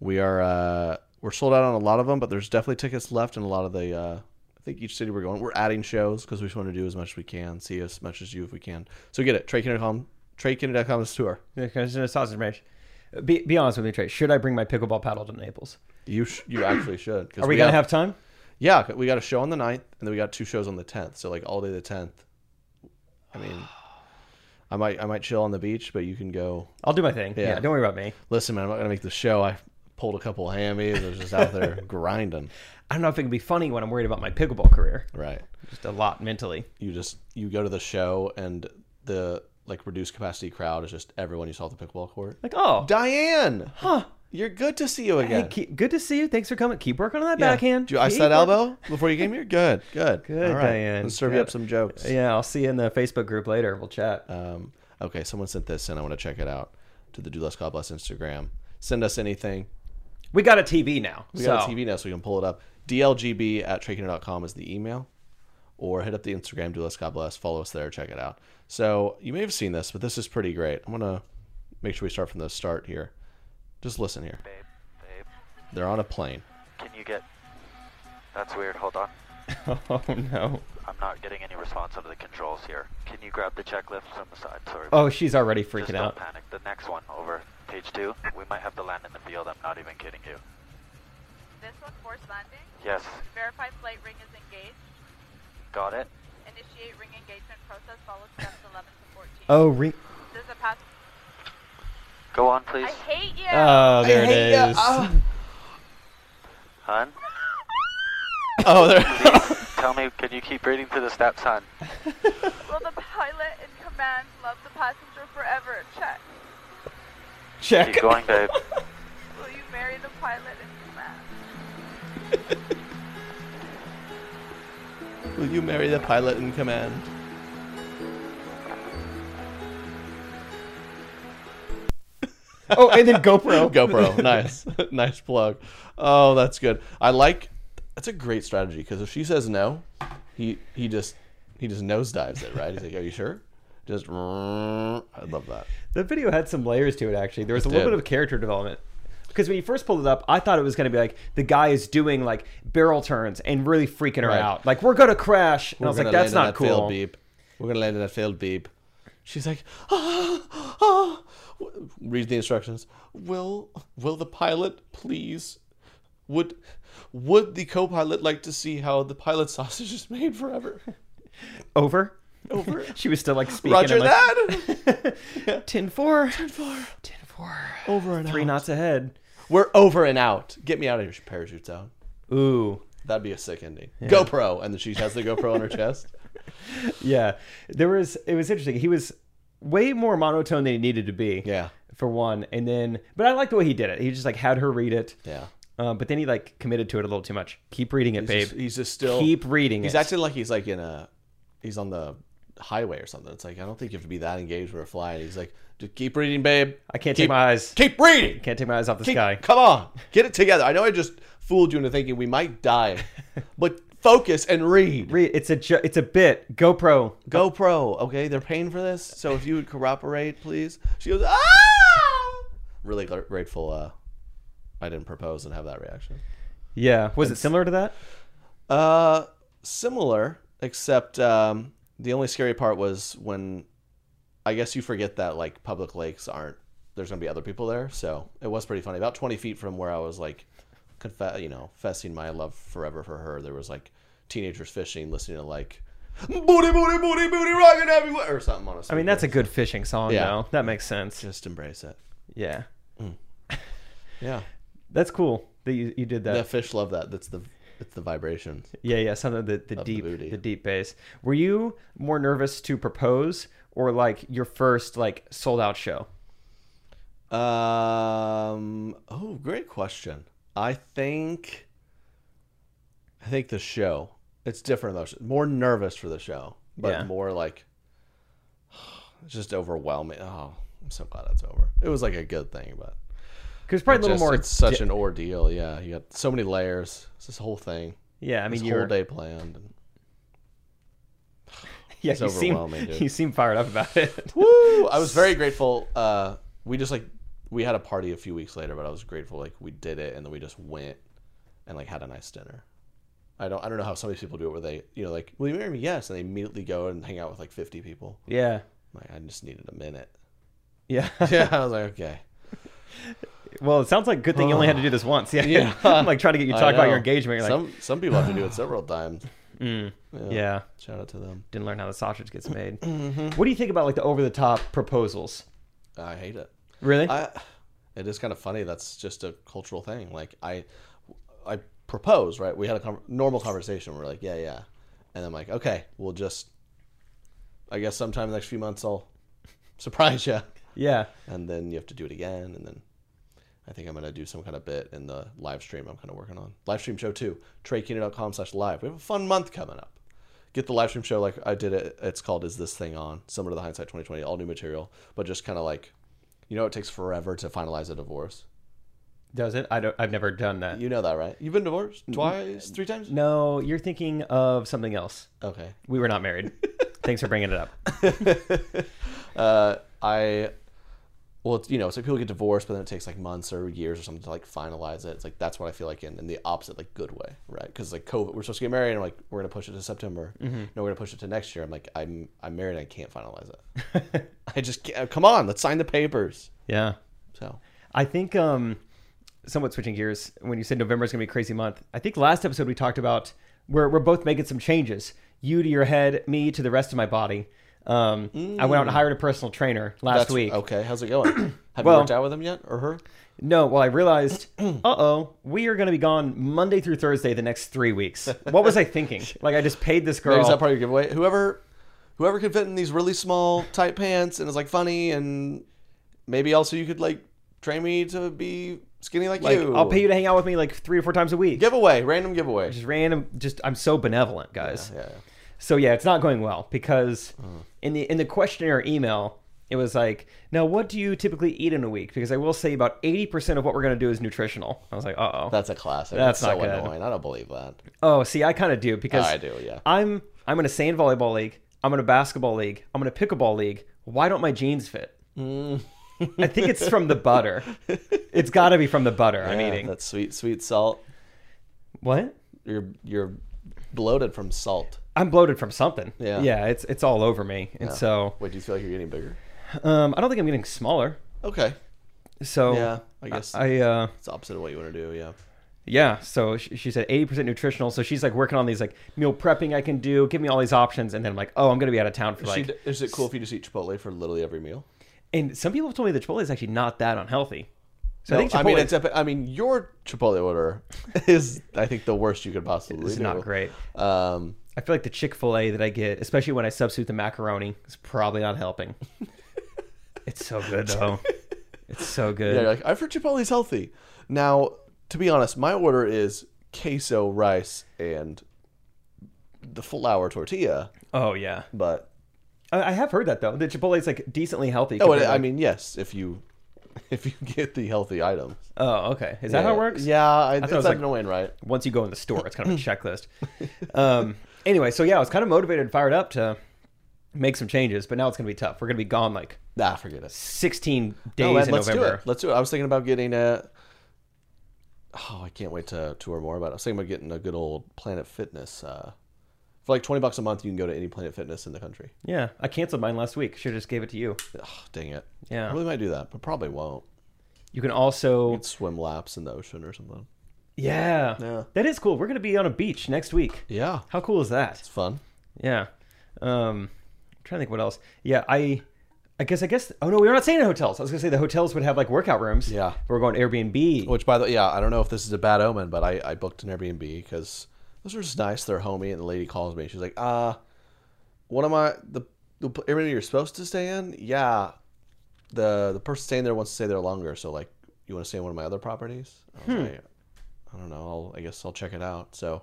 Speaker 2: We are uh, we're sold out on a lot of them, but there's definitely tickets left in a lot of the. Uh, I think each city we're going, we're adding shows because we just want to do as much as we can, see as much as you if we can. So get it. TreyKennedy.com. TreyKennedy.com is tour.
Speaker 1: Because it's a sausage mash. Be, be honest with me, Trey. Should I bring my pickleball paddle to Naples?
Speaker 2: You sh- you actually should. 'cause
Speaker 1: Are we, gonna
Speaker 2: got-
Speaker 1: have time?
Speaker 2: Yeah, we got a show on the 9th, and then we got two shows on the tenth. So like all day the tenth. I mean, I might I might chill on the beach, but you can go.
Speaker 1: I'll do my thing. Yeah,
Speaker 2: Yeah.
Speaker 1: don't worry about me.
Speaker 2: Listen, man, I'm not gonna make the show. I pulled a couple of hammies. I was just
Speaker 1: (laughs)
Speaker 2: out there grinding.
Speaker 1: I don't know if it can be funny when I'm worried about my pickleball career.
Speaker 2: Right.
Speaker 1: Just a lot mentally.
Speaker 2: You just you go to the show, and the like reduced capacity crowd is just everyone you saw at the pickleball court.
Speaker 1: Like, oh,
Speaker 2: Diane, huh? You're good to see you
Speaker 1: hey,
Speaker 2: again.
Speaker 1: keep, good to see you. Thanks for coming. Keep working on that
Speaker 2: Yeah.
Speaker 1: backhand.
Speaker 2: Do I
Speaker 1: Keep
Speaker 2: said
Speaker 1: working-
Speaker 2: elbow before you came here? Good, good,
Speaker 1: Good,
Speaker 2: All
Speaker 1: Diane.
Speaker 2: Let's serve you
Speaker 1: Good.
Speaker 2: up some jokes.
Speaker 1: Yeah, I'll see you in the Facebook group later. We'll chat.
Speaker 2: Um, okay, someone sent this and I want to check it out to the Do Less God Bless Instagram. Send us anything.
Speaker 1: we got a TV now.
Speaker 2: We
Speaker 1: so (laughs)
Speaker 2: got a TV now, so we can pull it up. DLGB at trakener.com is the email. Or hit up the Instagram, Do Less God Bless. Follow us there. Check it out. So you may have seen this, but this is pretty great. I'm going to make sure we start from the start here. Just listen here.
Speaker 4: Babe, babe,
Speaker 2: They're on a plane.
Speaker 4: can you get. That's weird, hold on.
Speaker 1: Oh no.
Speaker 4: I'm not getting any response under the controls here. Can you grab the checklist from the side? Sorry.
Speaker 1: Oh, she's already
Speaker 4: Just
Speaker 1: freaking
Speaker 4: don't
Speaker 1: out.
Speaker 4: panic. The next one, over. Page two. We might have to land in the field. I'm not even kidding you.
Speaker 5: This one's forced landing.
Speaker 4: Yes,
Speaker 5: Verify flight ring is engaged.
Speaker 4: got it.
Speaker 5: Initiate ring engagement process. Follow steps 11 to 14.
Speaker 1: Oh, re-
Speaker 5: There's a pass.
Speaker 4: Go on, please.
Speaker 5: I hate you.
Speaker 1: oh, there it is.
Speaker 4: Hun,
Speaker 2: Oh, there.
Speaker 4: tell me, can you keep reading through the stop sign?
Speaker 5: Will the pilot in command love the passenger forever? Check.
Speaker 1: Check.
Speaker 4: Keep going, babe.
Speaker 5: Will you marry the pilot in command?
Speaker 2: Will you marry the pilot in command?
Speaker 1: Oh, and then (laughs) GoPro.
Speaker 2: GoPro. nice. (laughs) nice plug. Oh, that's good. I like that's a great strategy because if she says no, he he just he just nosedives it, right? He's like, Are you sure? Just I love that.
Speaker 1: The video had some layers to it, actually. There was a little
Speaker 2: did.
Speaker 1: bit of character development. Because when you first pulled it up, I thought it was going to be like the guy is doing like barrel turns and really freaking her
Speaker 2: Right.
Speaker 1: out. Like, we're going to crash. And I
Speaker 2: We're
Speaker 1: was like,
Speaker 2: gonna
Speaker 1: that's
Speaker 2: land
Speaker 1: not
Speaker 2: in that Failed
Speaker 1: cool.
Speaker 2: beep. We're gonna land in that failed beep. She's like, ah, ah. W- Reads the instructions. Will will the pilot please? Would would the co-pilot like to see how the pilot (laughs) sausage is made forever?
Speaker 1: Over.
Speaker 2: Over.
Speaker 1: She was still like (laughs) speaking.
Speaker 2: Roger
Speaker 1: I'm like,
Speaker 2: that.
Speaker 1: 10 4. 10 4. 10 4.
Speaker 2: Over and
Speaker 1: Three
Speaker 2: out.
Speaker 1: knots ahead.
Speaker 2: We're over and out. Get me out of here. She parachutes out.
Speaker 1: Ooh.
Speaker 2: That'd be a sick ending. GoPro, and then she has the GoPro on
Speaker 1: (laughs)
Speaker 2: her chest.
Speaker 1: Yeah. There was, it was interesting. He was way more monotone than he needed to be.
Speaker 2: Yeah.
Speaker 1: For one. And then, but I liked the way he did it. He just like had her read it.
Speaker 2: Yeah.
Speaker 1: Um, but then he like committed to it a little too much. Keep reading it,
Speaker 2: He's
Speaker 1: babe.
Speaker 2: just, he's just still.
Speaker 1: Keep reading
Speaker 2: He's
Speaker 1: it.
Speaker 2: acting like he's like in a. He's on the highway or something. It's like I don't think you have to be that engaged when we're flying. He's like, just keep reading, babe.
Speaker 1: I can't
Speaker 2: keep,
Speaker 1: take my eyes.
Speaker 2: Keep reading.
Speaker 1: Can't take my eyes off this
Speaker 2: Keep-
Speaker 1: guy.
Speaker 2: Come on, get it together. I know I just fooled you into thinking we
Speaker 1: (laughs)
Speaker 2: might die, but focus and read.
Speaker 1: Read. It's a jo- it's a bit. GoPro.
Speaker 2: GoPro, okay? They're paying for this, so if you would cooperate, please. She goes, ah! Really gr- grateful. Uh, I didn't propose and have that reaction.
Speaker 1: Yeah. Was it similar to that?
Speaker 2: Uh, similar, except um, the only scary part was when I guess you forget that like public lakes aren't there's going to be other people there. So it was pretty funny. About 20 feet from where I was like, confe- you know, fessing my love forever for her, there was like teenagers fishing, listening to like, booty, booty, booty, booty, rocking everywhere, or something on a
Speaker 1: I mean, that's a good fishing song,
Speaker 2: Yeah.
Speaker 1: though. That makes sense.
Speaker 2: Just embrace it.
Speaker 1: Yeah.
Speaker 2: Yeah.
Speaker 1: That's cool that you, you did that.
Speaker 2: The fish love that. That's the, it's the vibrations.
Speaker 1: Yeah, yeah, something of the, the
Speaker 2: the
Speaker 1: deep
Speaker 2: booty.
Speaker 1: the, deep bass. Were you more nervous to propose or like your first like sold out show?
Speaker 2: Um. Oh, great question. I think. I think the show. It's different though. More nervous for the show, but
Speaker 1: Yeah.
Speaker 2: more like. (sighs) It's just overwhelming. Oh, I'm so glad that's over. It was like a good thing, but
Speaker 1: Because probably a little
Speaker 2: just-
Speaker 1: more.
Speaker 2: It's such
Speaker 1: di-
Speaker 2: an ordeal. Yeah, you got so many layers. It's this whole thing.
Speaker 1: yeah. I
Speaker 2: This
Speaker 1: mean,
Speaker 2: whole
Speaker 1: you're
Speaker 2: day planned. And
Speaker 1: yeah.
Speaker 2: it's
Speaker 1: You seem
Speaker 2: overwhelming,
Speaker 1: (laughs)
Speaker 2: dude.
Speaker 1: you seem fired up about it.
Speaker 2: Woo! I was very grateful. Uh, we just like we had a party a few weeks later, but I was grateful like we did it and then we just went and like had a nice dinner. I don't I don't know how some of these people do it where they you know like will you marry me yes and they immediately go and hang out with like fifty people.
Speaker 1: (laughs) yeah,
Speaker 2: Like I just needed a minute.
Speaker 1: (laughs) yeah.
Speaker 2: Yeah, I was like okay.
Speaker 1: well, it sounds like good thing you only had to do this once. Yeah,
Speaker 2: (laughs) Yeah.
Speaker 1: I'm (laughs) like trying to get you to
Speaker 2: I
Speaker 1: talk about your
Speaker 2: know.
Speaker 1: engagement. You're like,
Speaker 2: some some people have
Speaker 1: (sighs)
Speaker 2: to do it several times.
Speaker 1: yeah.
Speaker 2: Shout out to them.
Speaker 1: Didn't learn how the sausage gets made. What do you think about like the over the top proposals?
Speaker 2: I hate it.
Speaker 1: Really?
Speaker 2: I, it is kind of funny. That's just a cultural thing. Like I, I propose, right? We had a con normal conversation. We're like, yeah, yeah, and I'm like, okay, we'll just, I guess, sometime in the next few months, I'll surprise you,
Speaker 1: yeah.
Speaker 2: and then you have to do it again, and then. I think I'm gonna do some kind of bit in the live stream I'm kind of working on. Live stream show too. TreyKeenan.com slash live. We have a fun month coming up. Get the live stream show like I did it. It's called Is This Thing On? Summer to the Hindsight 2020, all new material, but just kind of like, you know, it takes forever to finalize a divorce.
Speaker 1: Does it? I don't. I've never done that.
Speaker 2: You know that, right? You've been divorced twice, three times?
Speaker 1: no, you're thinking of something else.
Speaker 2: Okay.
Speaker 1: We were not (laughs) married. Thanks for bringing it up.
Speaker 2: Uh, I, well, it's, you know, it's like people get divorced, but then it takes like months or years or something to like finalize it. It's like that's what I feel like in, in the opposite, like good way, right? Because like COVID, we're supposed to get married, and I'm like we're gonna push it to September.
Speaker 1: Mm-hmm.
Speaker 2: No, we're gonna push it to next year. I'm like I'm I'm married, and I can't finalize it.
Speaker 1: (laughs)
Speaker 2: I just can't, come on, let's sign the papers.
Speaker 1: Yeah.
Speaker 2: So
Speaker 1: I think um, somewhat switching gears when you said November is going to be a crazy month. I think last episode we talked about we're we're both making some changes. You to your head, me to the rest of my body. Um, I went out and hired a personal trainer last
Speaker 2: that's
Speaker 1: week.
Speaker 2: Okay, how's it going? (clears throat) Have
Speaker 1: Well-
Speaker 2: you worked out with him yet or her?
Speaker 1: No, well, I
Speaker 2: (clears throat)
Speaker 1: realized, uh oh, we are going to be gone Monday through Thursday the next three weeks. What was I
Speaker 2: (laughs)
Speaker 1: thinking? Like, I just paid this girl.
Speaker 2: Maybe is that part of your giveaway? Whoever, whoever can fit in these really small tight pants and is like funny, and maybe also you could like train me to be skinny like,
Speaker 1: like,
Speaker 2: you.
Speaker 1: I'll pay you to hang out with me like three or four times a week.
Speaker 2: giveaway, random giveaway.
Speaker 1: Just random. Just I'm so benevolent, guys.
Speaker 2: yeah, Mm. yeah.
Speaker 1: So yeah, it's not going well because in the in the questionnaire email, it was like, now what do you typically eat in a week? Because I will say about eighty percent of what we're gonna do is nutritional. I was like, uh oh.
Speaker 2: That's a classic.
Speaker 1: That's
Speaker 2: That's so
Speaker 1: not good.
Speaker 2: annoying. I don't believe that.
Speaker 1: Oh, see, I kind of do because
Speaker 2: I do, yeah.
Speaker 1: I'm I'm in a sand volleyball league. I'm in a basketball league. I'm in a pickleball league. Why don't my jeans fit?
Speaker 2: Mm.
Speaker 1: I think it's from the
Speaker 2: (laughs)
Speaker 1: butter. It's got to be from the butter I'm
Speaker 2: Yeah,
Speaker 1: eating.
Speaker 2: that sweet, sweet salt.
Speaker 1: What?
Speaker 2: You're you're bloated from salt.
Speaker 1: I'm bloated from something.
Speaker 2: Yeah.
Speaker 1: yeah. It's it's all over me, and so
Speaker 2: Wait, do you feel like you're getting bigger?
Speaker 1: um, I don't think I'm getting smaller.
Speaker 2: Okay.
Speaker 1: So
Speaker 2: Yeah, I guess
Speaker 1: I uh,
Speaker 2: it's opposite of what you want to do. Yeah.
Speaker 1: Yeah, so sh- she said 80% nutritional. So she's like working on these like meal prepping I can do. Give me all these options, and then I'm like, oh, I'm gonna be out of town for
Speaker 2: She
Speaker 1: like.
Speaker 2: d is it cool if you just eat Chipotle for literally every meal?
Speaker 1: And some people have told me the Chipotle is actually not that unhealthy. So I think Chipotle
Speaker 2: I mean, it's epi- I mean, your Chipotle order (laughs) is, I think, the worst you could possibly
Speaker 1: is
Speaker 2: do.
Speaker 1: not great.
Speaker 2: Um,
Speaker 1: I feel like the Chick Fil A that I get, especially when I substitute the macaroni, is probably not
Speaker 2: (laughs)
Speaker 1: helping. it's so good though. It's so good.
Speaker 2: yeah, you're like I've heard Chipotle's healthy. Now, to be honest, my order is queso, rice, and the flour tortilla.
Speaker 1: oh yeah,
Speaker 2: But
Speaker 1: I, I have heard that though. The Chipotle is like decently healthy.
Speaker 2: oh,
Speaker 1: compared
Speaker 2: and
Speaker 1: to,
Speaker 2: I
Speaker 1: like-
Speaker 2: mean, yes, if you (laughs) if you get the healthy items, is
Speaker 1: oh okay, is that how it works?
Speaker 2: Yeah, I, it's
Speaker 1: it was
Speaker 2: not
Speaker 1: like-
Speaker 2: annoying, right?
Speaker 1: once you go in the store, it's kind
Speaker 2: (clears throat)
Speaker 1: of a checklist. Um, anyway, so yeah, I was kind of motivated and fired up to make some changes, but now it's going to be tough. We're going to be gone like
Speaker 2: Nah, forget it.
Speaker 1: 16 days
Speaker 2: No, Ed,
Speaker 1: in
Speaker 2: let's do
Speaker 1: November.
Speaker 2: it. Let's do it. I was thinking about getting a. Oh, I can't wait to tour more about it. I was thinking about getting a good old Planet Fitness uh, For like 20 bucks a month, you can go to any Planet Fitness in the country.
Speaker 1: Yeah, I canceled mine last week. Should have just gave it to you.
Speaker 2: Ugh, dang it.
Speaker 1: Yeah.
Speaker 2: Probably might do that, but probably won't.
Speaker 1: You can also
Speaker 2: It's swim laps in the ocean or something.
Speaker 1: yeah,
Speaker 2: Yeah.
Speaker 1: that is cool. We're gonna be on a beach next week.
Speaker 2: Yeah.
Speaker 1: How cool is that?
Speaker 2: It's fun.
Speaker 1: Yeah. Um, I'm trying to think what else. Yeah, I, I guess I guess. Oh no, we were not staying in hotels. I was gonna say the hotels would have like workout rooms.
Speaker 2: Yeah.
Speaker 1: But we're going Airbnb.
Speaker 2: Which, by the yeah, I don't know if this is a bad omen, but I, I booked an Airbnb because those are just nice. They're homey, and the lady calls me. She's like, "Uh, what am I the the Airbnb you're supposed to stay in? Yeah, the the person staying there wants to stay there longer. So like, you want to stay in one of my other properties? I, was like, I don't know. I'll, I guess I'll check it out. So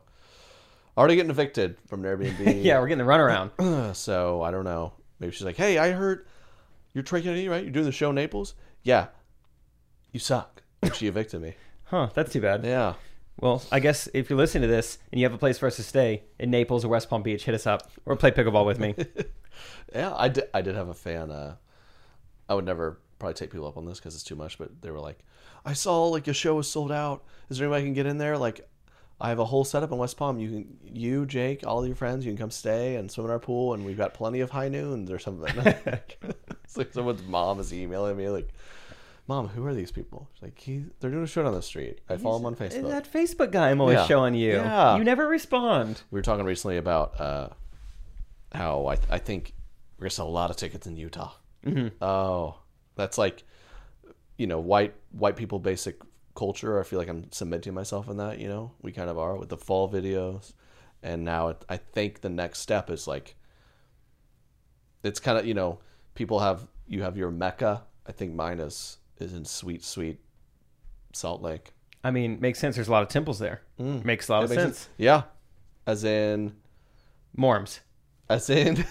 Speaker 2: already getting evicted from an Airbnb.
Speaker 1: (laughs)
Speaker 2: Uh,
Speaker 1: Yeah, we're getting the runaround.
Speaker 2: So I don't know. Maybe she's like, "Hey, I heard you're Trichinity, right? You're doing the show in Naples. Yeah, you suck." And she evicted me.
Speaker 1: huh? That's too bad.
Speaker 2: Yeah.
Speaker 1: Well, I guess if you're listening to this and you have a place for us to stay in Naples or West Palm Beach, hit us up or play pickleball with
Speaker 2: (laughs)
Speaker 1: me.
Speaker 2: Yeah, I did, I did have a fan. Uh, I would never probably take people up on this because it's too much, but they were like, I saw like your show was sold out. Is there any way I can get in there? Like, I have a whole setup in West Palm. You can, you, Jake, all your friends, you can come stay and swim in our pool, and we've got plenty of high noons or something. (laughs) it's like someone's mom is emailing me like, Mom, who are these people? She's like, he, they're doing a show down the street. I follow them on
Speaker 1: And
Speaker 2: Facebook.
Speaker 1: that Facebook guy I'm always
Speaker 2: Yeah.
Speaker 1: showing you.
Speaker 2: Yeah.
Speaker 1: You never respond.
Speaker 2: we were talking recently about uh, how I, I think we're gonna sell a lot of tickets in Utah. Oh, that's like, you know, white white people basic culture. I feel like I'm cementing myself in that. You know, we kind of are with the fall videos, and now it, I think the next step is like, it's kind of you know, people have you have your mecca. I think mine is is in sweet sweet Salt Lake.
Speaker 1: I mean, makes sense. There's a lot of temples there. Mm. Makes a lot of
Speaker 2: That
Speaker 1: sense.
Speaker 2: makes sense. Yeah, as in
Speaker 1: Morms.
Speaker 2: As in,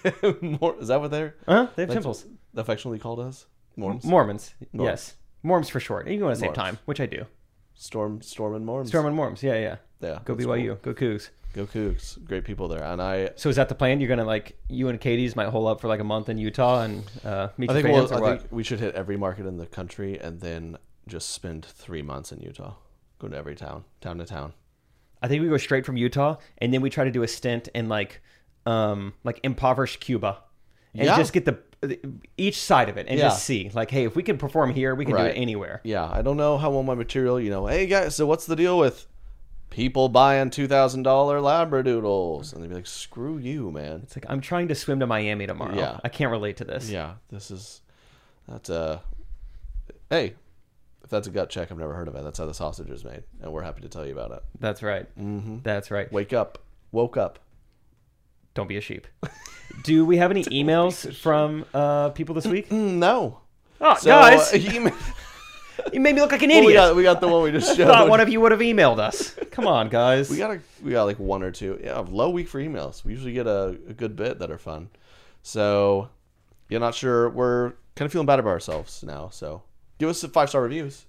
Speaker 2: (laughs) Mor- is that what they're?
Speaker 1: Huh? They have
Speaker 2: that's
Speaker 1: Uh, temples.
Speaker 2: affectionately called us? Morms?
Speaker 1: Mormons. Yes. Morms for short. You want to save
Speaker 2: Morms.
Speaker 1: time, which I do.
Speaker 2: Storm, Storm and Morms.
Speaker 1: Storm and Morms. Yeah, yeah.
Speaker 2: Yeah,
Speaker 1: Go
Speaker 2: that's
Speaker 1: BYU. Go Cougs.
Speaker 2: Go Cougs. Great people there. And I,
Speaker 1: So is that the plan? You're gonna like you and Katie's might hole up for like a month in Utah and uh, meet
Speaker 2: I
Speaker 1: your
Speaker 2: think,
Speaker 1: fans
Speaker 2: we'll,
Speaker 1: or
Speaker 2: I
Speaker 1: what?
Speaker 2: think we should hit every market in the country and then just spend three months in Utah. Go to every town, town to town.
Speaker 1: I think we go straight from Utah and then we try to do a stint in like um like impoverished Cuba and
Speaker 2: Yeah.
Speaker 1: just get the each side of it and
Speaker 2: Yeah.
Speaker 1: just see like hey if we can perform here we can do
Speaker 2: Right.
Speaker 1: it anywhere.
Speaker 2: Yeah, I don't know how well my material, you know, hey guys, so what's the deal with people buying $2,000 Labradoodles? And they'd be like, screw you, man.
Speaker 1: It's like I'm trying to swim to Miami tomorrow.
Speaker 2: Yeah.
Speaker 1: I can't relate to this.
Speaker 2: Yeah, this is that's uh hey, if that's a gut check, I've never heard of it. That's how the sausage is made, and we're happy to tell you about it.
Speaker 1: That's right. Mm-hmm. That's right.
Speaker 2: Wake up, woke up.
Speaker 1: Don't be a
Speaker 2: (laughs)
Speaker 1: sheep. Do we have any emails from uh, people this week?
Speaker 2: Mm, No,
Speaker 1: Oh,
Speaker 2: so,
Speaker 1: guys,
Speaker 2: uh, (laughs) email-
Speaker 1: you made me look like an
Speaker 2: we
Speaker 1: idiot.
Speaker 2: got we got the one
Speaker 1: (laughs)
Speaker 2: we just showed.
Speaker 1: Thought one of you would have emailed
Speaker 2: (laughs)
Speaker 1: us. Come on, guys.
Speaker 2: we got a, we got like one or two. Yeah, a low week for emails. We usually get a, a good bit that are fun. So you're not sure. We're kind of feeling bad about ourselves now. So give us some five star reviews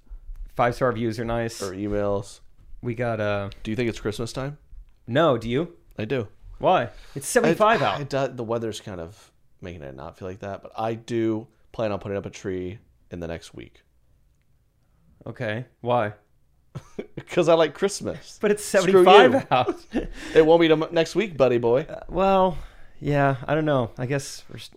Speaker 1: Five star reviews are nice.
Speaker 2: or emails.
Speaker 1: We got uh
Speaker 2: Do you think it's Christmas time?
Speaker 1: no. Do you?
Speaker 2: I do.
Speaker 1: Why? It's seventy
Speaker 2: It-
Speaker 1: five
Speaker 2: It
Speaker 1: out.
Speaker 2: does, the weather's kind of making it not feel like that, but I do plan on putting up a tree in the next week (laughs)
Speaker 1: Okay. Why?
Speaker 2: because I like Christmas.
Speaker 1: But it's seventy
Speaker 2: Screw
Speaker 1: five
Speaker 2: you.
Speaker 1: (laughs) out.
Speaker 2: It won't be to, next week, buddy boy.
Speaker 1: well, yeah. I don't know. I guess we're s-
Speaker 2: So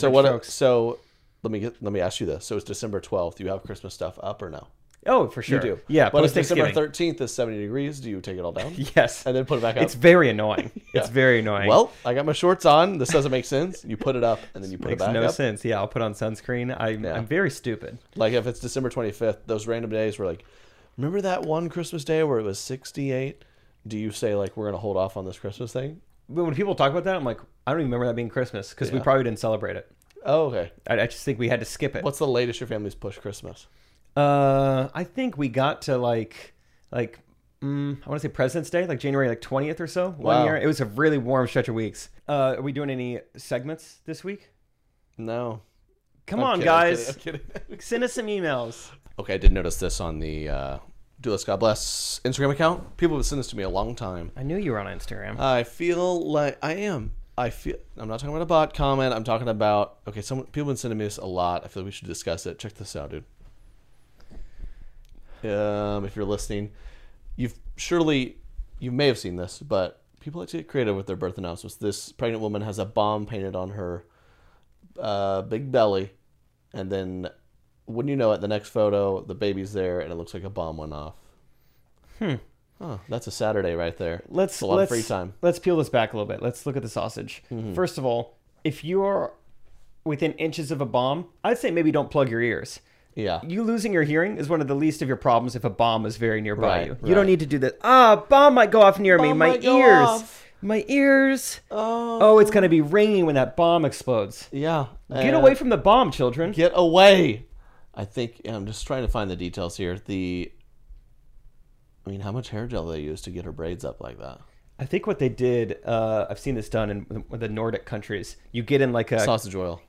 Speaker 1: different
Speaker 2: what? uh,
Speaker 1: strokes.
Speaker 2: So let me get, let me ask you this. So it's December twelfth. Do you have Christmas stuff up or no?
Speaker 1: oh, for sure.
Speaker 2: You do.
Speaker 1: Yeah.
Speaker 2: But
Speaker 1: post
Speaker 2: if December
Speaker 1: Thanksgiving.
Speaker 2: thirteenth is seventy degrees, do you take it all
Speaker 1: (laughs)
Speaker 2: down?
Speaker 1: Yes.
Speaker 2: And then put it back up.
Speaker 1: It's very annoying. It's
Speaker 2: (laughs) Yeah.
Speaker 1: very annoying.
Speaker 2: Well, I got my shorts on. This doesn't make sense. You put it up and then you put it
Speaker 1: makes
Speaker 2: back
Speaker 1: no
Speaker 2: up.
Speaker 1: sense. Yeah, I'll put on sunscreen. I, I'm very stupid.
Speaker 2: Like if it's December 25th, those random days were like, remember that one Christmas day where it was 68? Do you say like we're gonna hold off on this Christmas thing?
Speaker 1: But when people talk about that, I'm like, I don't even remember that being Christmas because we probably didn't celebrate it.
Speaker 2: Oh, okay.
Speaker 1: I, I just think we had to skip it.
Speaker 2: What's the latest your family's pushed Christmas?
Speaker 1: Uh, I think we got to like, like, mm, I want to say President's Day, like January like 20th or so. One
Speaker 2: Wow.
Speaker 1: year, it was a really warm stretch of weeks. Uh, are we doing any segments this week?
Speaker 2: No.
Speaker 1: Come
Speaker 2: I'm
Speaker 1: on,
Speaker 2: kidding, I'm
Speaker 1: guys,
Speaker 2: kidding, I'm kidding. (laughs)
Speaker 1: send us some emails.
Speaker 2: okay, I did notice this on the uh, Do This God Bless Instagram account. People have sent this to me a long time.
Speaker 1: I knew you were on Instagram.
Speaker 2: I feel like I am. I feel I'm not talking about a bot comment. I'm talking about okay. Some people have been sending me this a lot. I feel like we should discuss it. Check this out, dude. Um, if you're listening, you've surely you may have seen this, but people like to get creative with their birth announcements. This pregnant woman has a bomb painted on her uh, big belly, and then wouldn't you know it, the next photo, the baby's there, and it looks like a bomb went off. Hmm. Huh. That's a Saturday right there.
Speaker 1: let's
Speaker 2: It's a lot
Speaker 1: let's,
Speaker 2: of free time. Mm-hmm.
Speaker 1: Let's peel this back a little bit. Let's look at the sausage. First of all, if you're within inches of a bomb, I'd say maybe don't plug your ears.
Speaker 2: Yeah.
Speaker 1: You losing your hearing is one of the least of your problems if a bomb is very nearby
Speaker 2: Right,
Speaker 1: you. You don't
Speaker 2: right.
Speaker 1: need to do that. Ah, bomb might go off near me.
Speaker 2: Bomb
Speaker 1: My
Speaker 2: might go
Speaker 1: ears.
Speaker 2: off.
Speaker 1: My ears. Oh. it's going to be ringing when that bomb explodes.
Speaker 2: yeah.
Speaker 1: Get
Speaker 2: Uh,
Speaker 1: away from the bomb, children.
Speaker 2: Get away! I think I'm just trying to find the details here. The, I mean, how much hair gel they use to get her braids up like that?
Speaker 1: I think what they did, uh, I've seen this done in the- the Nordic countries. You get in like a.
Speaker 2: Sausage oil.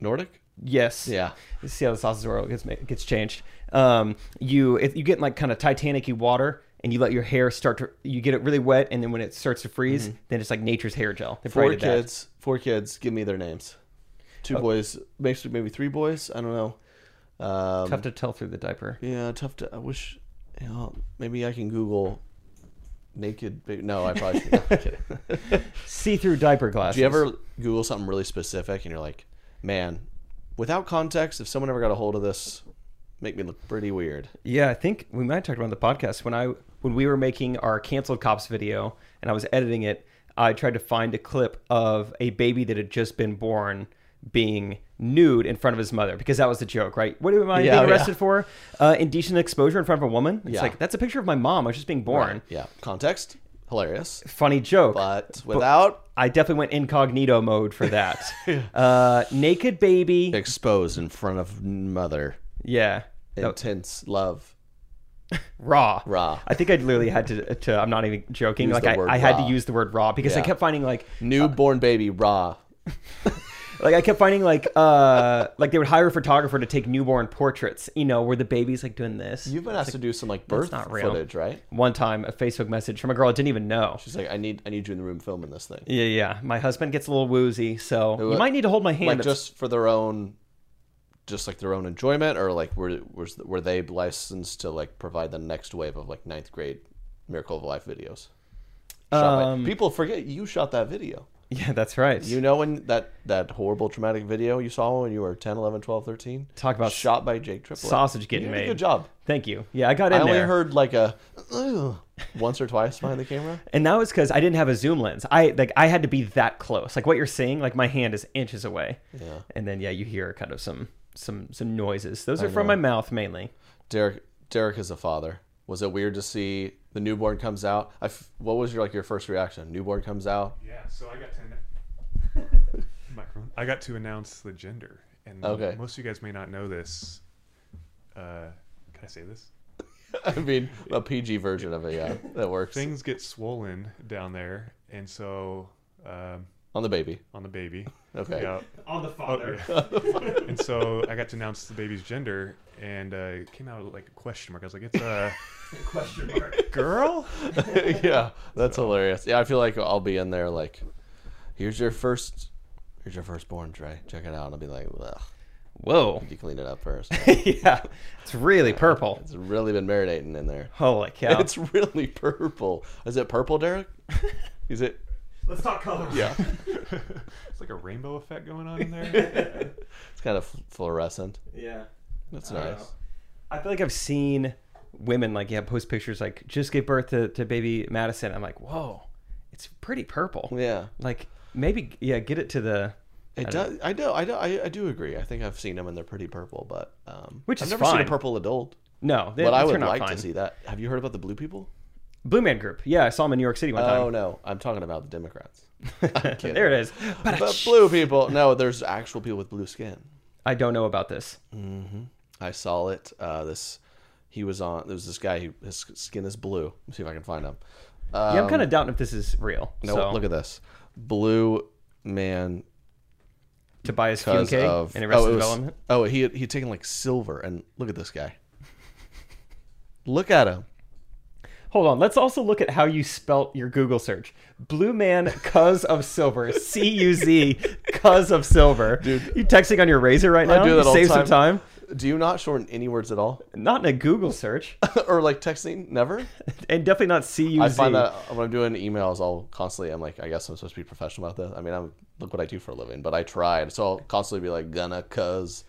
Speaker 2: Nordic?
Speaker 1: Yes.
Speaker 2: Yeah.
Speaker 1: You see how the sausage roll gets ma- gets changed. Um, you if you get in like kind of Titanic-y water, and you let your hair start to you get it really wet, and then when it starts to freeze, then it's like nature's hair gel. They
Speaker 2: Four
Speaker 1: probably did that.
Speaker 2: Mm-hmm. kids. Four kids. Give me their names.
Speaker 1: Oh.
Speaker 2: Two boys. Maybe maybe three boys. I don't know. Um,
Speaker 1: Tough to tell through the diaper.
Speaker 2: Yeah, tough to. I wish. You know, maybe I can Google naked. Ba- no, I
Speaker 1: (laughs)
Speaker 2: probably. Should, no, I'm kidding.
Speaker 1: See-through diaper glasses.
Speaker 2: Do you ever Google something really specific and you're like, man, without context, if someone ever got a hold of this, make me look pretty weird.
Speaker 1: Yeah, I think we might have talked about it on the podcast when I when we were making our canceled cops video and I was editing it. I tried to find a clip of a baby that had just been born being nude in front of his mother because that was the joke, right? What am I
Speaker 2: Yeah,
Speaker 1: being
Speaker 2: yeah.
Speaker 1: arrested for? Uh, indecent exposure in front of a woman. It's
Speaker 2: Yeah.
Speaker 1: like that's a picture of my mom. I was just being born.
Speaker 2: Yeah, context, hilarious,
Speaker 1: Funny joke.
Speaker 2: but without
Speaker 1: I definitely went incognito mode for
Speaker 2: (laughs)
Speaker 1: that. uh, naked baby.
Speaker 2: exposed in front of mother,
Speaker 1: Yeah. That-
Speaker 2: intense love.
Speaker 1: raw
Speaker 2: Raw.
Speaker 1: i think i literally had to, to i'm not even joking
Speaker 2: Use
Speaker 1: like
Speaker 2: the
Speaker 1: I,
Speaker 2: word
Speaker 1: I had to
Speaker 2: raw.
Speaker 1: use the word raw because i
Speaker 2: Yeah.
Speaker 1: kept finding like
Speaker 2: Uh, Newborn baby raw.
Speaker 1: like i kept finding like uh like they would hire a photographer to take newborn portraits you know where the baby's like doing this
Speaker 2: You've been asked to do some like birth
Speaker 1: not real.
Speaker 2: footage, right?
Speaker 1: one time a facebook message from a girl i didn't even know
Speaker 2: She's like, I need, I need you in the room filming this thing,
Speaker 1: yeah yeah my husband gets a little woozy so you
Speaker 2: what-
Speaker 1: might need to hold my hand
Speaker 2: uh, like just for their own, just like their own enjoyment, or like were were, were they licensed to like provide the next wave of like ninth grade Miracle of Life videos? Shot by-
Speaker 1: Um,
Speaker 2: people forget you shot that video.
Speaker 1: (laughs) yeah that's right
Speaker 2: You know when that that horrible traumatic video you saw when you were 10, 11, 12, 13?
Speaker 1: Talk about
Speaker 2: shot by Jake Triplett.
Speaker 1: sausage getting
Speaker 2: you did a
Speaker 1: made.
Speaker 2: Good job.
Speaker 1: thank you yeah i got in
Speaker 2: I only
Speaker 1: there
Speaker 2: heard like a "Ugh," once or twice behind the camera.
Speaker 1: and that was because i didn't have a zoom lens i like i had to be that close like what you're seeing like my hand is inches away
Speaker 2: Yeah.
Speaker 1: and then yeah you hear kind of some some some noises those are from my mouth mainly
Speaker 2: Derek Derek is a father. Was it weird to see the newborn comes out? I f- what was your like your first reaction? Newborn comes out. (laughs)
Speaker 6: Yeah, so I got to microphone. I got to announce the gender, and
Speaker 2: Okay.
Speaker 6: most of you guys may not know this. Uh, can I say this?
Speaker 2: I mean, a PG version of it, yeah, that works
Speaker 6: Things get swollen down there, and so um,
Speaker 2: on the baby.
Speaker 6: on the baby.
Speaker 2: Okay.
Speaker 6: Yeah. Oh,
Speaker 1: on the father
Speaker 2: (laughs)
Speaker 6: and so I got to announce the baby's gender, and uh, it came out like a question mark. I was like, "It's uh, a
Speaker 1: question mark
Speaker 6: girl."
Speaker 2: yeah, (laughs) that's hilarious. Yeah, I feel like I'll be in there like, here's your first, here's your firstborn, Trey. Check it out. And I'll be like, well,
Speaker 1: (laughs) whoa (laughs)
Speaker 2: you clean it up first.
Speaker 1: yeah it's really purple
Speaker 2: It's really been marinating in there.
Speaker 1: holy cow
Speaker 2: (laughs) It's really purple. Is it purple, Derek? Is it?
Speaker 1: let's talk color
Speaker 2: Yeah,
Speaker 6: (laughs) It's like a rainbow effect going on in there.
Speaker 2: (laughs) it's kind of fluorescent.
Speaker 1: yeah
Speaker 2: That's nice.
Speaker 1: i feel like i've seen women like yeah post pictures like just gave birth to, to baby madison i'm like whoa it's pretty purple
Speaker 2: Yeah,
Speaker 1: like maybe yeah get it to the
Speaker 2: it does. I do. I do. I, I do agree. I think I've seen them and they're pretty purple, but um,
Speaker 1: Which
Speaker 2: I've
Speaker 1: is
Speaker 2: never seen
Speaker 1: fine.
Speaker 2: a purple adult.
Speaker 1: no they,
Speaker 2: But I
Speaker 1: these are
Speaker 2: would
Speaker 1: not
Speaker 2: like
Speaker 1: fine.
Speaker 2: to see that. Have you heard about the blue people?
Speaker 1: blue man group yeah i saw him in new york city one
Speaker 2: Oh
Speaker 1: time
Speaker 2: no, I'm talking about the Democrats.
Speaker 1: (laughs)
Speaker 2: I'm kidding.
Speaker 1: there it is
Speaker 2: But blue people, no, there's actual people with blue skin.
Speaker 1: i don't know about this
Speaker 2: I saw it. Uh, this he was on. There was this guy. Who, his skin is blue. Let's see if I can find him. Uh,
Speaker 1: Yeah, I'm kind of doubting if this is real.
Speaker 2: no,
Speaker 1: so,
Speaker 2: look at this. Blue man
Speaker 1: Tobias
Speaker 2: because
Speaker 1: Funke
Speaker 2: of
Speaker 1: in Arrested
Speaker 2: oh, it was-
Speaker 1: Development.
Speaker 2: Oh, he had, he had taken like silver, and look at this guy. look at him.
Speaker 1: Hold on. Let's also look at how you spelt your Google search. Blue man, (laughs) cuz of silver.
Speaker 2: (laughs)
Speaker 1: C U Z, cuz of silver. Dude, you texting on your razor right now?
Speaker 2: do that
Speaker 1: You
Speaker 2: all
Speaker 1: save
Speaker 2: the
Speaker 1: some time.
Speaker 2: Do you not shorten any words at all, (laughs)
Speaker 1: Not in a Google search,
Speaker 2: or like texting? Never.
Speaker 1: and definitely not CUZ.
Speaker 2: I find that when I'm doing emails, I'll constantly. I'm like, I guess I'm supposed to be professional about this. I mean, I'm look what I do for a living, but I tried. So I'll constantly be like, gonna, cause,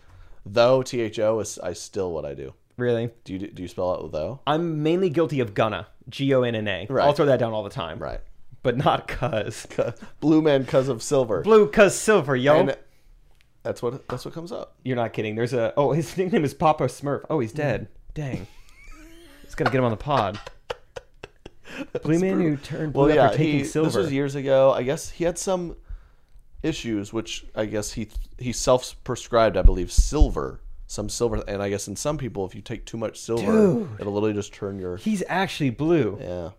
Speaker 2: though, tho is I still what I do.
Speaker 1: really.
Speaker 2: Do you do you spell out though?
Speaker 1: I'm mainly guilty of Gunna, G O N N A.
Speaker 2: Right.
Speaker 1: I'll throw that down all the time.
Speaker 2: Right. (laughs)
Speaker 1: But not cuz.
Speaker 2: Blue man, cause of silver.
Speaker 1: Blue cuz silver, yo.
Speaker 2: And that's what that's what comes up.
Speaker 1: You're not kidding. There's a oh, his (laughs) nickname is Papa Smurf. Oh, he's dead. Dang. It's gonna get him on the pod. Blue man who turned blue
Speaker 2: Well, yeah,
Speaker 1: after taking
Speaker 2: he,
Speaker 1: silver.
Speaker 2: this was years ago. I guess he had some issues, which I guess he he self-prescribed, I believe, silver, some silver, and I guess in some people, if you take too much silver, it'll literally just turn your
Speaker 1: He's actually blue.
Speaker 2: yeah.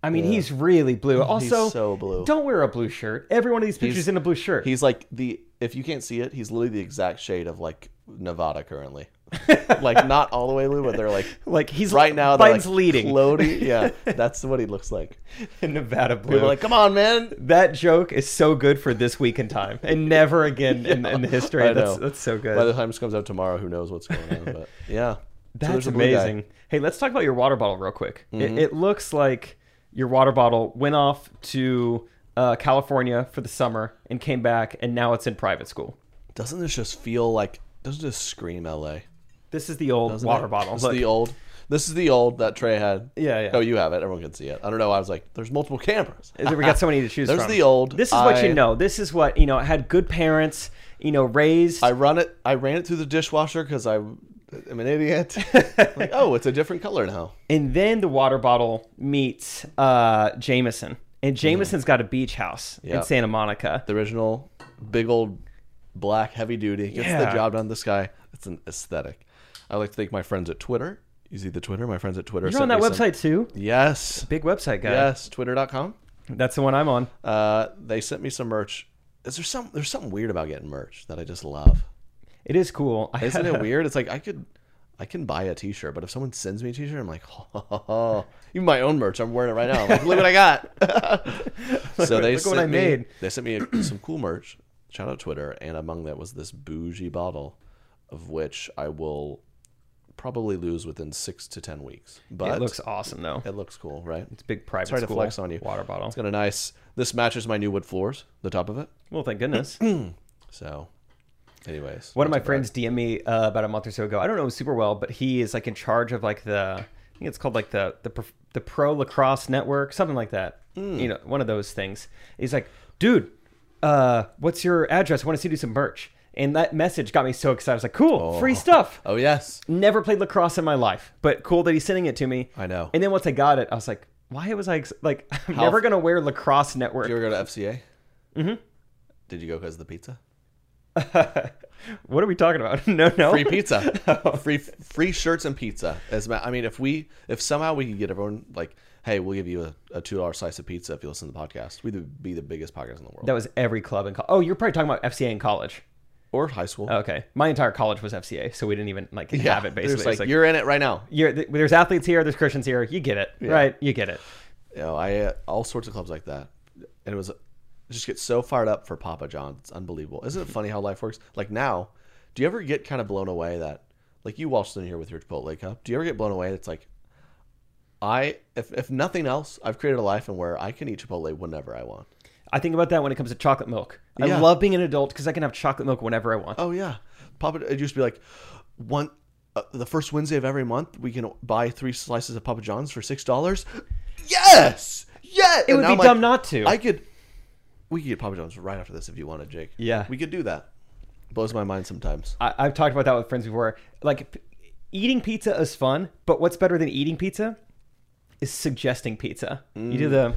Speaker 1: I mean, he's really blue. Also,
Speaker 2: so blue.
Speaker 1: don't wear a blue shirt. Every one of these pictures
Speaker 2: He's-
Speaker 1: in a blue shirt.
Speaker 2: He's like the if you can't see it, he's literally the exact shade of like Nevada currently. (laughs) like not all the way blue, but they're like
Speaker 1: like he's
Speaker 2: right now they're
Speaker 1: Biden's
Speaker 2: like
Speaker 1: leading (laughs)
Speaker 2: floaty. (laughs) Yeah, that's what he looks like.
Speaker 1: Nevada blue.
Speaker 2: People are like, come on, man.
Speaker 1: that joke is so good for this week in time and never
Speaker 2: (laughs)
Speaker 1: again in, in the history.
Speaker 2: I
Speaker 1: that's,
Speaker 2: know.
Speaker 1: that's so good.
Speaker 2: By the time this comes out tomorrow, who knows what's going on?
Speaker 1: (laughs)
Speaker 2: But yeah, So
Speaker 1: That's
Speaker 2: there's a blue guy. Mm-hmm.
Speaker 1: amazing. Hey, let's talk about your water bottle real quick. It, it looks like your water bottle went off to uh, California for the summer and came back, and now it's in private school.
Speaker 2: Doesn't this just feel like? Doesn't this scream L.A.
Speaker 1: This is the old
Speaker 2: Doesn't
Speaker 1: water
Speaker 2: it?
Speaker 1: bottle.
Speaker 2: This
Speaker 1: Look,
Speaker 2: is the old. This is the old that Trey had.
Speaker 1: Yeah, yeah.
Speaker 2: No, you have it. Everyone can see it. I don't know. I was like, there's multiple cameras.
Speaker 1: we got so many to choose
Speaker 2: (laughs) There's
Speaker 1: from.
Speaker 2: the old.
Speaker 1: This is what
Speaker 2: I-
Speaker 1: you know. This is what you know. Had good parents. You know, raised.
Speaker 2: I run it. I ran it through the dishwasher because I am an
Speaker 1: (laughs)
Speaker 2: idiot. like, oh, it's a different color now.
Speaker 1: and then the water bottle meets uh, Jameson, and Jameson's got a beach house in
Speaker 2: Mm-hmm. Yep.
Speaker 1: Santa Monica.
Speaker 2: The original, big old black heavy duty gets
Speaker 1: Yeah.
Speaker 2: the job done. This guy. It's an aesthetic. I like to thank my friends at Twitter. You see the Twitter? My friends at Twitter.
Speaker 1: You're on that
Speaker 2: sent me some-
Speaker 1: website too.
Speaker 2: Yes.
Speaker 1: Big website guy.
Speaker 2: Yes. Twitter.com.
Speaker 1: That's the one I'm on.
Speaker 2: Uh, they sent me some merch. Is there some? There's something weird about getting merch that I just love.
Speaker 1: It is cool. I
Speaker 2: Isn't
Speaker 1: had (laughs)
Speaker 2: it
Speaker 1: a-
Speaker 2: weird? It's like I could, I can buy a T-shirt, but if someone sends me a T-shirt, I'm like, (laughs) oh, even my own merch. I'm wearing it right now. I'm like, look what
Speaker 1: (laughs)
Speaker 2: I got. (laughs) so they
Speaker 1: Look
Speaker 2: sent
Speaker 1: what I
Speaker 2: me,
Speaker 1: made.
Speaker 2: They sent me (clears throat) some cool merch. Shout out Twitter, and among that was this bougie bottle, of which I will probably lose within six to ten weeks. But
Speaker 1: It looks awesome though.
Speaker 2: it looks cool, right?
Speaker 1: It's big private
Speaker 2: Sorry to
Speaker 1: school
Speaker 2: flex on you.
Speaker 1: water bottle.
Speaker 2: It's got a nice. This matches my new wood floors. The top of it.
Speaker 1: Well, thank
Speaker 2: (clears throat)
Speaker 1: goodness.
Speaker 2: So, anyways,
Speaker 1: One of my friends DM'd me uh, about a month or so ago. I don't know him super well, but he is like in charge of like the I think it's called like the the pro- the pro lacrosse network, something like that.
Speaker 2: Hmm.
Speaker 1: You know, one of those things. He's like, dude, uh, what's your address? I want to see you do some merch. And that message got me so excited. I was like, cool, free stuff.
Speaker 2: Oh yes,
Speaker 1: Never played lacrosse in my life, but cool that he's sending it to me.
Speaker 2: I know.
Speaker 1: And then once I got it, I was like, why was I ex- like? (laughs) I'm
Speaker 2: How-
Speaker 1: never gonna wear lacrosse network.
Speaker 2: you ever go to FCA? Mm-hmm. Did you go because of the pizza?
Speaker 1: (laughs) What are we talking about? (laughs) no, Oh. (laughs) no.
Speaker 2: Free pizza, free free shirts and pizza. As ma- I mean, if we if somehow we could get everyone like, hey, we'll give you a, a two dollar slice of pizza if you listen to the podcast, we'd be the biggest podcast in the world.
Speaker 1: That was every club in college. Oh, you're probably talking about FCA in college.
Speaker 2: or high school.
Speaker 1: Okay, my entire college was FCA, so we didn't even like Oh, have it.
Speaker 2: there's
Speaker 1: Basically,
Speaker 2: like,
Speaker 1: It's like,
Speaker 2: you're in it right now.
Speaker 1: you're- th- there's athletes here, there's Christians here. You get it, right? You get it.
Speaker 2: You know, I uh, all sorts of clubs like that, and it was just get so fired up for Papa John's. It's unbelievable. Isn't
Speaker 1: (laughs)
Speaker 2: it funny how life works? Like now, do you ever get kind of blown away that like you watched in here with your Chipotle cup? Do you ever get blown away? It's like I, if if nothing else, I've created a life in where I can eat Chipotle whenever I want.
Speaker 1: I think about that when it comes to chocolate milk. I
Speaker 2: Yeah.
Speaker 1: love being an adult because I can have chocolate milk whenever I want.
Speaker 2: Oh yeah, Papa. It used to be like one. Uh, the first Wednesday of every month, we can buy three slices of Papa John's for six dollars. Yes, yes.
Speaker 1: It would be dumb not to.
Speaker 2: I could. We could get Papa John's right after this if you wanted, Jake.
Speaker 1: Yeah.
Speaker 2: we could do that. Blows my mind sometimes.
Speaker 1: I, I've talked about that with friends before. Like, p- eating pizza is fun, but what's better than eating pizza is suggesting pizza. You do the.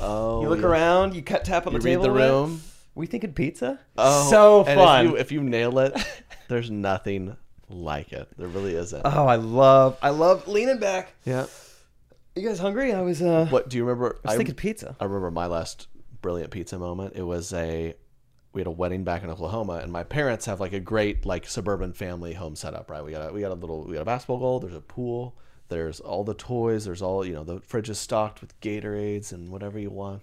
Speaker 1: Oh. You look around. You cut tap on
Speaker 2: Mm. You
Speaker 1: the
Speaker 2: read
Speaker 1: table.
Speaker 2: the
Speaker 1: a bit.
Speaker 2: room.
Speaker 1: We thinking pizza?
Speaker 2: Oh,
Speaker 1: so
Speaker 2: and
Speaker 1: fun.
Speaker 2: If you, if you
Speaker 1: (laughs)
Speaker 2: nail it, there's nothing like it. There really isn't.
Speaker 1: Oh, I love, I love leaning back.
Speaker 2: yeah.
Speaker 1: You guys hungry? I was, uh,
Speaker 2: What do you remember?
Speaker 1: I was thinking pizza.
Speaker 2: I remember my last brilliant pizza moment. It was a we had a wedding back in Oklahoma, and my parents have like a great like suburban family home setup. Right, we got a, we got a little we got a basketball goal. There's a pool. There's all the toys. There's all you know. The fridge is stocked with Gatorades and whatever you want.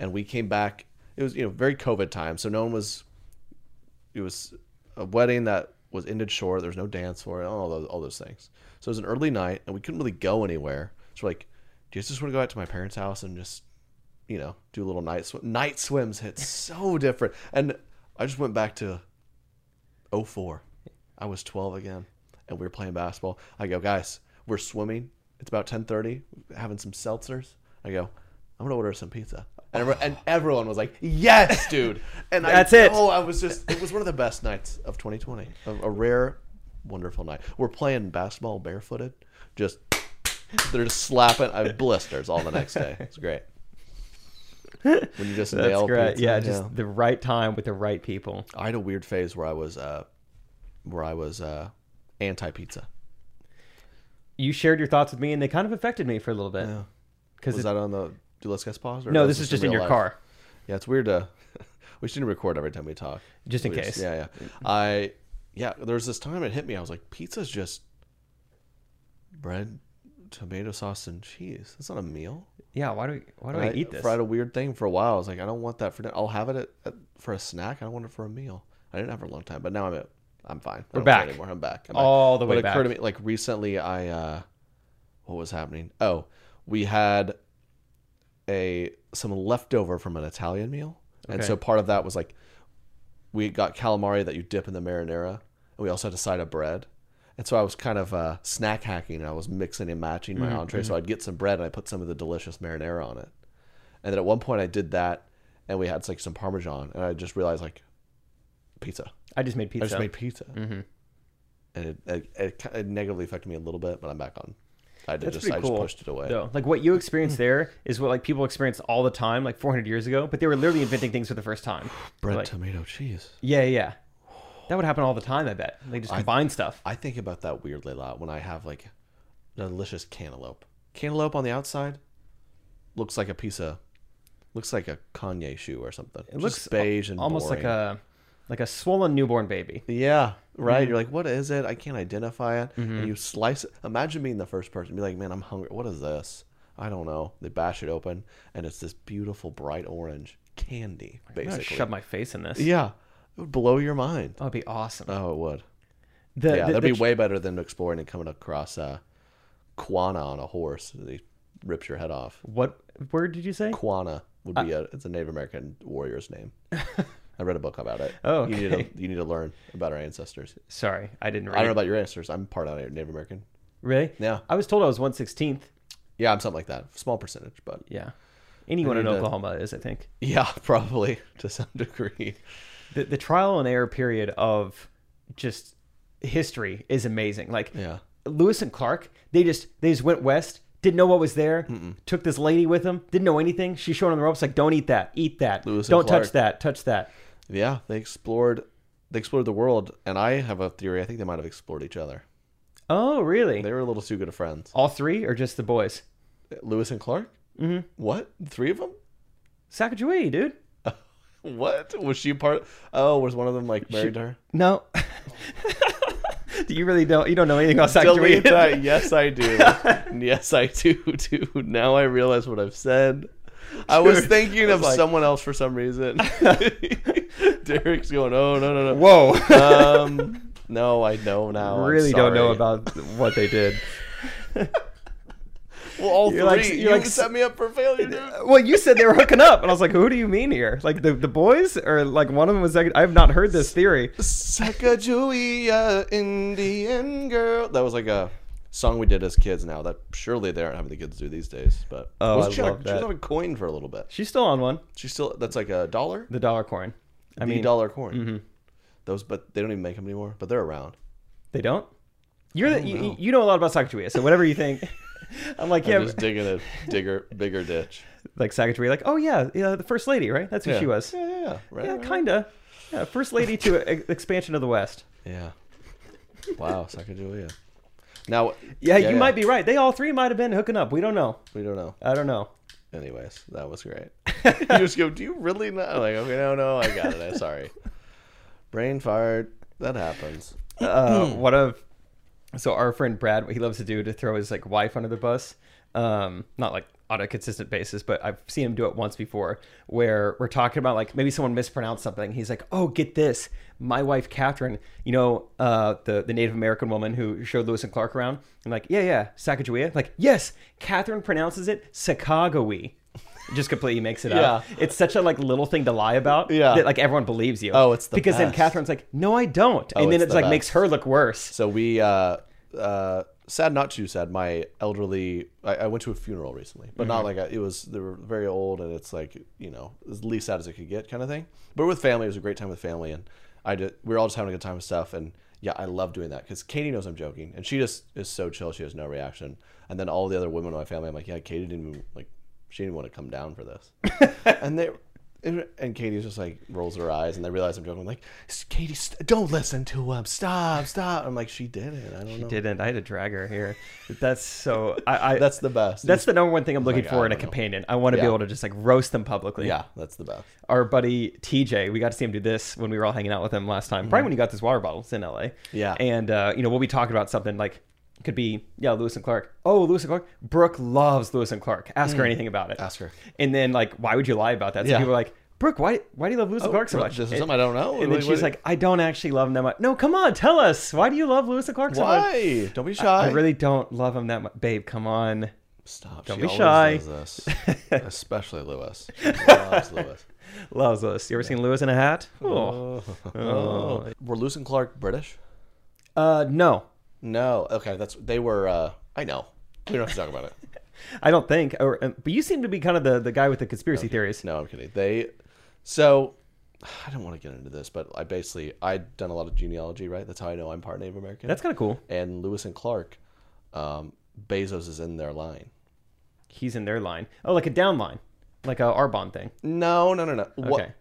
Speaker 2: And we came back. It was you know very COVID time, so no one was. It was a wedding that was ended short. There was no dance for it, all those, all those things. So it was an early night, and we couldn't really go anywhere. So we're like, do you just want to go out to my parents' house and just, you know, do a little night swim? Night swims hit so (laughs) different. And I just went back to 04. I was 12 again, and we were playing basketball. I go, guys, we're swimming. It's about 10:30. Having some seltzers. I go, I'm gonna order some pizza. And, every-
Speaker 1: (laughs)
Speaker 2: and everyone was like, "Yes, dude!" And
Speaker 1: That's
Speaker 2: I,
Speaker 1: it.
Speaker 2: Oh, I was just—it was one of the best nights of 2020. A, a rare, wonderful night. We're playing basketball barefooted. Just they're just slapping. I have blisters all the next day. It's great. When you just
Speaker 1: That's
Speaker 2: nail
Speaker 1: great.
Speaker 2: pizza,
Speaker 1: yeah, just the right time with the right people.
Speaker 2: I had a weird phase where I was uh, where I was uh, anti pizza.
Speaker 1: You shared your thoughts with me, and they kind of affected me for a little bit. Because
Speaker 2: Was that on the Do Let's Guess pause? Or
Speaker 1: no,
Speaker 2: was
Speaker 1: this is just in your
Speaker 2: real life?
Speaker 1: car.
Speaker 2: Yeah, it's weird to. (laughs) we should record every time we talk.
Speaker 1: Just in
Speaker 2: We
Speaker 1: case.
Speaker 2: yeah, yeah. I yeah. There was this time it hit me. I was like, pizza's just bread, tomato sauce, and cheese. That's not a meal.
Speaker 1: Yeah, why do we, why do I,
Speaker 2: And
Speaker 1: eat this?
Speaker 2: Fried a weird thing for a while. I was like, I don't want that for dinner. I'll have it at, at, for a snack. I don't want it for a meal. I didn't have it for a long time, but now I'm at, I'm fine. I
Speaker 1: We're
Speaker 2: don't care
Speaker 1: back.
Speaker 2: anymore. I'm back. I'm
Speaker 1: All
Speaker 2: back.
Speaker 1: the
Speaker 2: But
Speaker 1: way
Speaker 2: it occurred to
Speaker 1: back.
Speaker 2: me like recently. I uh, what was happening? Oh, we had a some leftover from an Italian meal, and
Speaker 1: Okay.
Speaker 2: so part of that was like we got calamari that you dip in the marinara, and we also had a side of bread. And so I was kind of uh, snack hacking, and I was mixing and matching
Speaker 1: Mm-hmm,
Speaker 2: my entree. So I'd get some bread, and I put some of the delicious marinara on it. And then at one point, I did that, and we had like some parmesan, and I just realized like pizza.
Speaker 1: I just made pizza.
Speaker 2: I just made pizza, mm-hmm. and it, it, it, ki- it negatively affected me a little bit, but I'm back on. I did
Speaker 1: That's
Speaker 2: just
Speaker 1: pretty
Speaker 2: I
Speaker 1: cool.
Speaker 2: just pushed it away.
Speaker 1: Though, like what you (laughs) experienced there is what like people experienced all the time, like 400 years ago. But they were literally inventing things for the first time.
Speaker 2: Bread,
Speaker 1: Like-
Speaker 2: tomato, cheese.
Speaker 1: Yeah, yeah. That would happen all the time. I bet they just combine stuff.
Speaker 2: I think about that weirdly a lot when I have like a delicious cantaloupe. Cantaloupe on the outside looks like a piece of looks like a Kanye shoe or something. It
Speaker 1: looks
Speaker 2: looks beige and
Speaker 1: almost like
Speaker 2: boring.
Speaker 1: a like a swollen newborn baby.
Speaker 2: yeah, right.
Speaker 1: Mm-hmm.
Speaker 2: You're like, what is it? I can't identify it. And you slice it. Imagine being the first person to be like, man, I'm hungry. What is this? I don't know. They bash it open, and it's this beautiful bright orange candy,
Speaker 1: I'm gonna
Speaker 2: basically.
Speaker 1: shove my face in this.
Speaker 2: yeah, it would blow your mind.
Speaker 1: that would be awesome.
Speaker 2: Oh, it would.
Speaker 1: The-
Speaker 2: yeah,
Speaker 1: the-
Speaker 2: that'd
Speaker 1: the
Speaker 2: be way better than exploring and coming across uh, Quana on a horse. He rips your head off.
Speaker 1: What word did you say?
Speaker 2: Quana would be a it's a Native American
Speaker 1: (laughs)
Speaker 2: warrior's name. I read a book about it.
Speaker 1: Oh,
Speaker 2: you need
Speaker 1: okay.
Speaker 2: to you need to learn about our ancestors.
Speaker 1: Sorry, I didn't read.
Speaker 2: I don't know about your ancestors. I'm part Native American.
Speaker 1: really?
Speaker 2: Yeah.
Speaker 1: I was told I was one sixteenth.
Speaker 2: Yeah, I'm something like that. Small percentage, but
Speaker 1: Yeah. Anyone in
Speaker 2: need to-
Speaker 1: Oklahoma is, I think.
Speaker 2: yeah, (laughs) probably to some degree.
Speaker 1: The the trial and error period of just history is amazing. Like
Speaker 2: Yeah.
Speaker 1: Lewis and Clark, they just they just went west, didn't know what was there, took this lady with them, didn't know anything. She showed them the ropes, like, don't eat that, eat that,
Speaker 2: Lewis and
Speaker 1: don't touch
Speaker 2: Clark.
Speaker 1: that, touch that.
Speaker 2: Yeah, they explored they explored the world, and I have a theory. I think they might have explored each other.
Speaker 1: Oh, really?
Speaker 2: They were a little too good of friends.
Speaker 1: All three or just the boys?
Speaker 2: Lewis and Clark. Mm-hmm. What? Three of them?
Speaker 1: Sacagawea, dude.
Speaker 2: What was she part? Oh, was one of them like married to her?
Speaker 1: (laughs) No. Do you really don't you don't know anything about Sacagawea?
Speaker 2: Delete (laughs) that. Yes, I do. yes, I do. Dude, now I realize what I've said. I was
Speaker 1: Dude,
Speaker 2: thinking
Speaker 1: I was
Speaker 2: of
Speaker 1: like-
Speaker 2: someone else for some (laughs) reason. Derek's going, oh no
Speaker 1: (laughs) (laughs)
Speaker 2: no no.
Speaker 1: Whoa.
Speaker 2: Um, no, I
Speaker 1: (laughs)
Speaker 2: know now. I'm
Speaker 1: really don't know
Speaker 2: sorry.
Speaker 1: about what they did.
Speaker 2: Well, all
Speaker 1: You're like-
Speaker 2: three.
Speaker 1: you're
Speaker 2: you
Speaker 1: like-
Speaker 2: set me up for failure, dude.
Speaker 1: (laughs) Well, you said they were hooking up, and I was like, "Who do you mean here? Like the, the boys, or like one of them was like, I have not heard this theory."
Speaker 2: Sacagawea, Indian girl. That was like a song we did as kids. Now that surely they aren't having the kids do these days. But
Speaker 1: Oh,
Speaker 2: Wasn't
Speaker 1: I
Speaker 2: she on a-
Speaker 1: love
Speaker 2: She was
Speaker 1: that.
Speaker 2: on a coin for a little bit.
Speaker 1: She's still on one,
Speaker 2: She's still that's like a dollar.
Speaker 1: the dollar coin. I
Speaker 2: the
Speaker 1: mean, mm-hmm.
Speaker 2: dollar coin. Those, but they don't even make them anymore. But they're around.
Speaker 1: they don't. You're the, you, you know a lot about Sacagawea, so whatever you (laughs) think. I'm like, yeah,
Speaker 2: I'm just digging a digger, bigger ditch.
Speaker 1: (laughs) like Sacagawea, like, oh yeah, yeah, the first lady, right? That's who
Speaker 2: Yeah.
Speaker 1: she was.
Speaker 2: Yeah, yeah, yeah. Right,
Speaker 1: Yeah,
Speaker 2: right,
Speaker 1: kinda. Yeah, first lady (laughs) to e- expansion of the West.
Speaker 2: right. Yeah. Wow, Sacagawea. Now,
Speaker 1: Yeah, you might be Uh, right. They all three might have been hooking up. We don't know.
Speaker 2: We don't know.
Speaker 1: I don't know.
Speaker 2: Anyways, that
Speaker 1: (laughs)
Speaker 2: was great. you just go, do you really not? I'm like, okay, no, no, I got it. I'm
Speaker 1: (laughs)
Speaker 2: sorry. Brain fired. That happens. Hmm.
Speaker 1: uh, one of so our friend Brad, he loves to do to throw his like wife under the bus. um, not like on a consistent basis, but I've seen him do it once before where we're talking about like maybe someone mispronounced something. He's like, "Oh, get this, my wife Catherine, you know, uh, the the Native American woman who showed Lewis and Clark around." I'm like, "Yeah, yeah, Sacagawea." Like, "Yes, Catherine pronounces it Sacagawea." Just completely makes it up. It's such a like little thing to lie about
Speaker 2: Yeah.
Speaker 1: that like everyone believes you.
Speaker 2: Oh, it's the
Speaker 1: because then
Speaker 2: best. Oh,
Speaker 1: Catherine's like, "No, I don't," and then
Speaker 2: it's
Speaker 1: it's
Speaker 2: the
Speaker 1: like makes
Speaker 2: best.
Speaker 1: her look worse.
Speaker 2: So we, uh, uh, sad not too sad. My elderly, I, I went to a funeral recently, but not like I, it was. They were very old, and it's like you know as least sad as it could get kind of thing. But with family, it was a great time with family, and I did. We were all just having a good time with stuff, and yeah, I love doing that because Katie knows I'm joking, and she just is so chill. She has no reaction, and then all the other women in my family, I'm like, yeah, Katie didn't even like. She didn't want to come down for this, and they. And and Katie's just like rolls her eyes, and they realize I'm joking. I'm like, "S- Katie, st- don't listen to him. Stop, stop. I'm like, she did it. I don't know.
Speaker 1: didn't. I had to drag her here. That's so. I, I
Speaker 2: That's the best.
Speaker 1: that's the number one thing I'm looking
Speaker 2: God,
Speaker 1: for in
Speaker 2: I
Speaker 1: a
Speaker 2: don't know.
Speaker 1: companion. I want to be
Speaker 2: Yeah.
Speaker 1: able to just like roast them publicly.
Speaker 2: yeah, that's the best.
Speaker 1: Our buddy TJ, we got to see him do this when we were all hanging out with him last time. Probably when you got this water bottle. It's in LA.
Speaker 2: Mm-hmm. Yeah.
Speaker 1: And uh, you know we'll be talking about something like it could be yeah Lewis and Clark. Oh Lewis and Clark. Brooke loves Lewis and Clark. Ask her anything about it.
Speaker 2: Mm. Ask her.
Speaker 1: And then like why would you lie about that? So
Speaker 2: Yeah.
Speaker 1: people are like. Brooke, why, why do you love Lewis and Clark so
Speaker 2: well,
Speaker 1: much?
Speaker 2: this is
Speaker 1: And-
Speaker 2: something I don't know.
Speaker 1: And then
Speaker 2: Like,
Speaker 1: she's
Speaker 2: what-
Speaker 1: like, I don't actually love him that much. No, come on, tell us. Why do you love Lewis and Clark so much?
Speaker 2: Why? Don't be shy.
Speaker 1: I really don't love him that much. Babe, come on.
Speaker 2: stop.
Speaker 1: Don't
Speaker 2: She
Speaker 1: be
Speaker 2: always
Speaker 1: shy. (laughs)
Speaker 2: does this. Especially Lewis. She loves Lewis.
Speaker 1: Loves us. You ever seen Lewis in a hat? Oh.
Speaker 2: Oh, were Lewis and Clark British?
Speaker 1: Uh, no.
Speaker 2: No. Okay, that's they were. uh I know. We don't have to
Speaker 1: (laughs)
Speaker 2: talk about it.
Speaker 1: I don't think. Or, um, but you seem to be kind of the, the guy with the conspiracy theories.
Speaker 2: No, I'm kidding. They so I don't want to get into this, but I basically I'd done a lot of genealogy, right? That's how I know I'm part Native American.
Speaker 1: That's kind of cool.
Speaker 2: and Lewis and Clark, um, Bezos is in their line.
Speaker 1: He's in their line. Oh, like a down line. Like a Arbonne thing.
Speaker 2: No, no, no, no. What?
Speaker 1: Okay.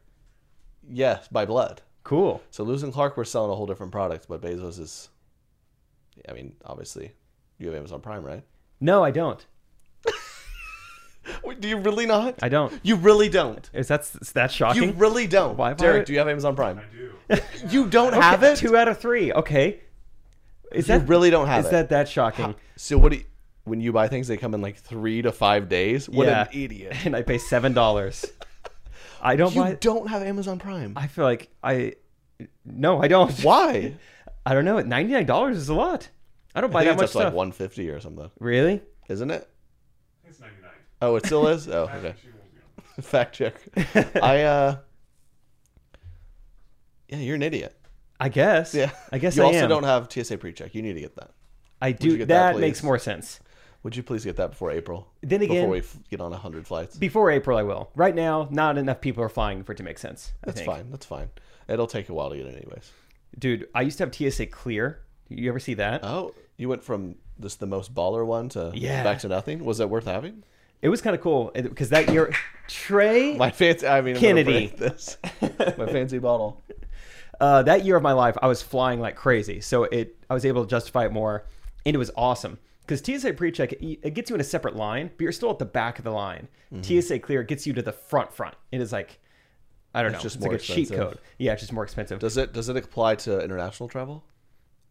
Speaker 2: Yes, by blood.
Speaker 1: Cool.
Speaker 2: So Lewis and Clark were selling a whole different product, but Bezos is. I mean, obviously, you have Amazon Prime, right?
Speaker 1: No, I don't.
Speaker 2: Wait, Do you really not?
Speaker 1: I don't.
Speaker 2: You really don't.
Speaker 1: Is that that's shocking?
Speaker 2: You really don't.
Speaker 1: Why- why
Speaker 2: Derek,
Speaker 1: would-
Speaker 2: do you have Amazon Prime?
Speaker 6: I do.
Speaker 2: You don't have it.
Speaker 1: Two out of three. Okay. Is
Speaker 2: You
Speaker 1: that
Speaker 2: really don't have
Speaker 1: is
Speaker 2: it.
Speaker 1: that that shocking?
Speaker 2: So what do you, when you buy things, they come in like three to five days. What
Speaker 1: yeah.
Speaker 2: an idiot!
Speaker 1: And I pay seven dollars. I (laughs) don't
Speaker 2: You
Speaker 1: buy.
Speaker 2: don't have Amazon Prime.
Speaker 1: I feel like I. No, I don't.
Speaker 2: Why?
Speaker 1: I don't know. Ninety nine dollars is a lot. I don't (laughs) buy
Speaker 2: I think
Speaker 1: that much
Speaker 2: it's up to
Speaker 1: stuff.
Speaker 2: like one fifty or something,
Speaker 1: Really?
Speaker 2: isn't it?
Speaker 6: It's 99.
Speaker 2: Oh, it still is. Oh, (laughs) okay.
Speaker 6: She won't be on.
Speaker 2: Fact (laughs) check. I uh. Yeah, you're an idiot.
Speaker 1: I guess.
Speaker 2: Yeah,
Speaker 1: I guess
Speaker 2: you
Speaker 1: I
Speaker 2: also
Speaker 1: am.
Speaker 2: don't have TSA pre-check. You need to get that.
Speaker 1: I
Speaker 2: you
Speaker 1: do.
Speaker 2: get that,
Speaker 1: That makes
Speaker 2: please?
Speaker 1: more sense.
Speaker 2: Would you please get that before April?
Speaker 1: Then again-
Speaker 2: before we f- get on hundred flights,
Speaker 1: Before April, I will. Right now, not enough people are flying for it to make sense. I
Speaker 2: that's
Speaker 1: think.
Speaker 2: fine. That's fine. It'll take a while to get it, anyways.
Speaker 1: Dude, I used to have TSA clear. You ever see that?
Speaker 2: Oh, you went from this the most baller one to
Speaker 1: Yeah.
Speaker 2: back to nothing. Was that worth having?
Speaker 1: it was kind of cool because that year, Trey.
Speaker 2: My fancy. I mean, I'm gonna
Speaker 1: Kennedy.
Speaker 2: break this. (laughs) My fancy bottle.
Speaker 1: uh, that year of my life, I was flying like crazy, so it I was able to justify it more, and it was awesome because TSA PreCheck it it gets you in a separate line, but you're still at the back of the line.
Speaker 2: Mm-hmm.
Speaker 1: TSA Clear gets you to the front front. It is like I don't know,
Speaker 2: just
Speaker 1: it's
Speaker 2: more
Speaker 1: like a cheat
Speaker 2: expensive.
Speaker 1: code. Yeah, it's just more expensive.
Speaker 2: Does it does it apply to international travel?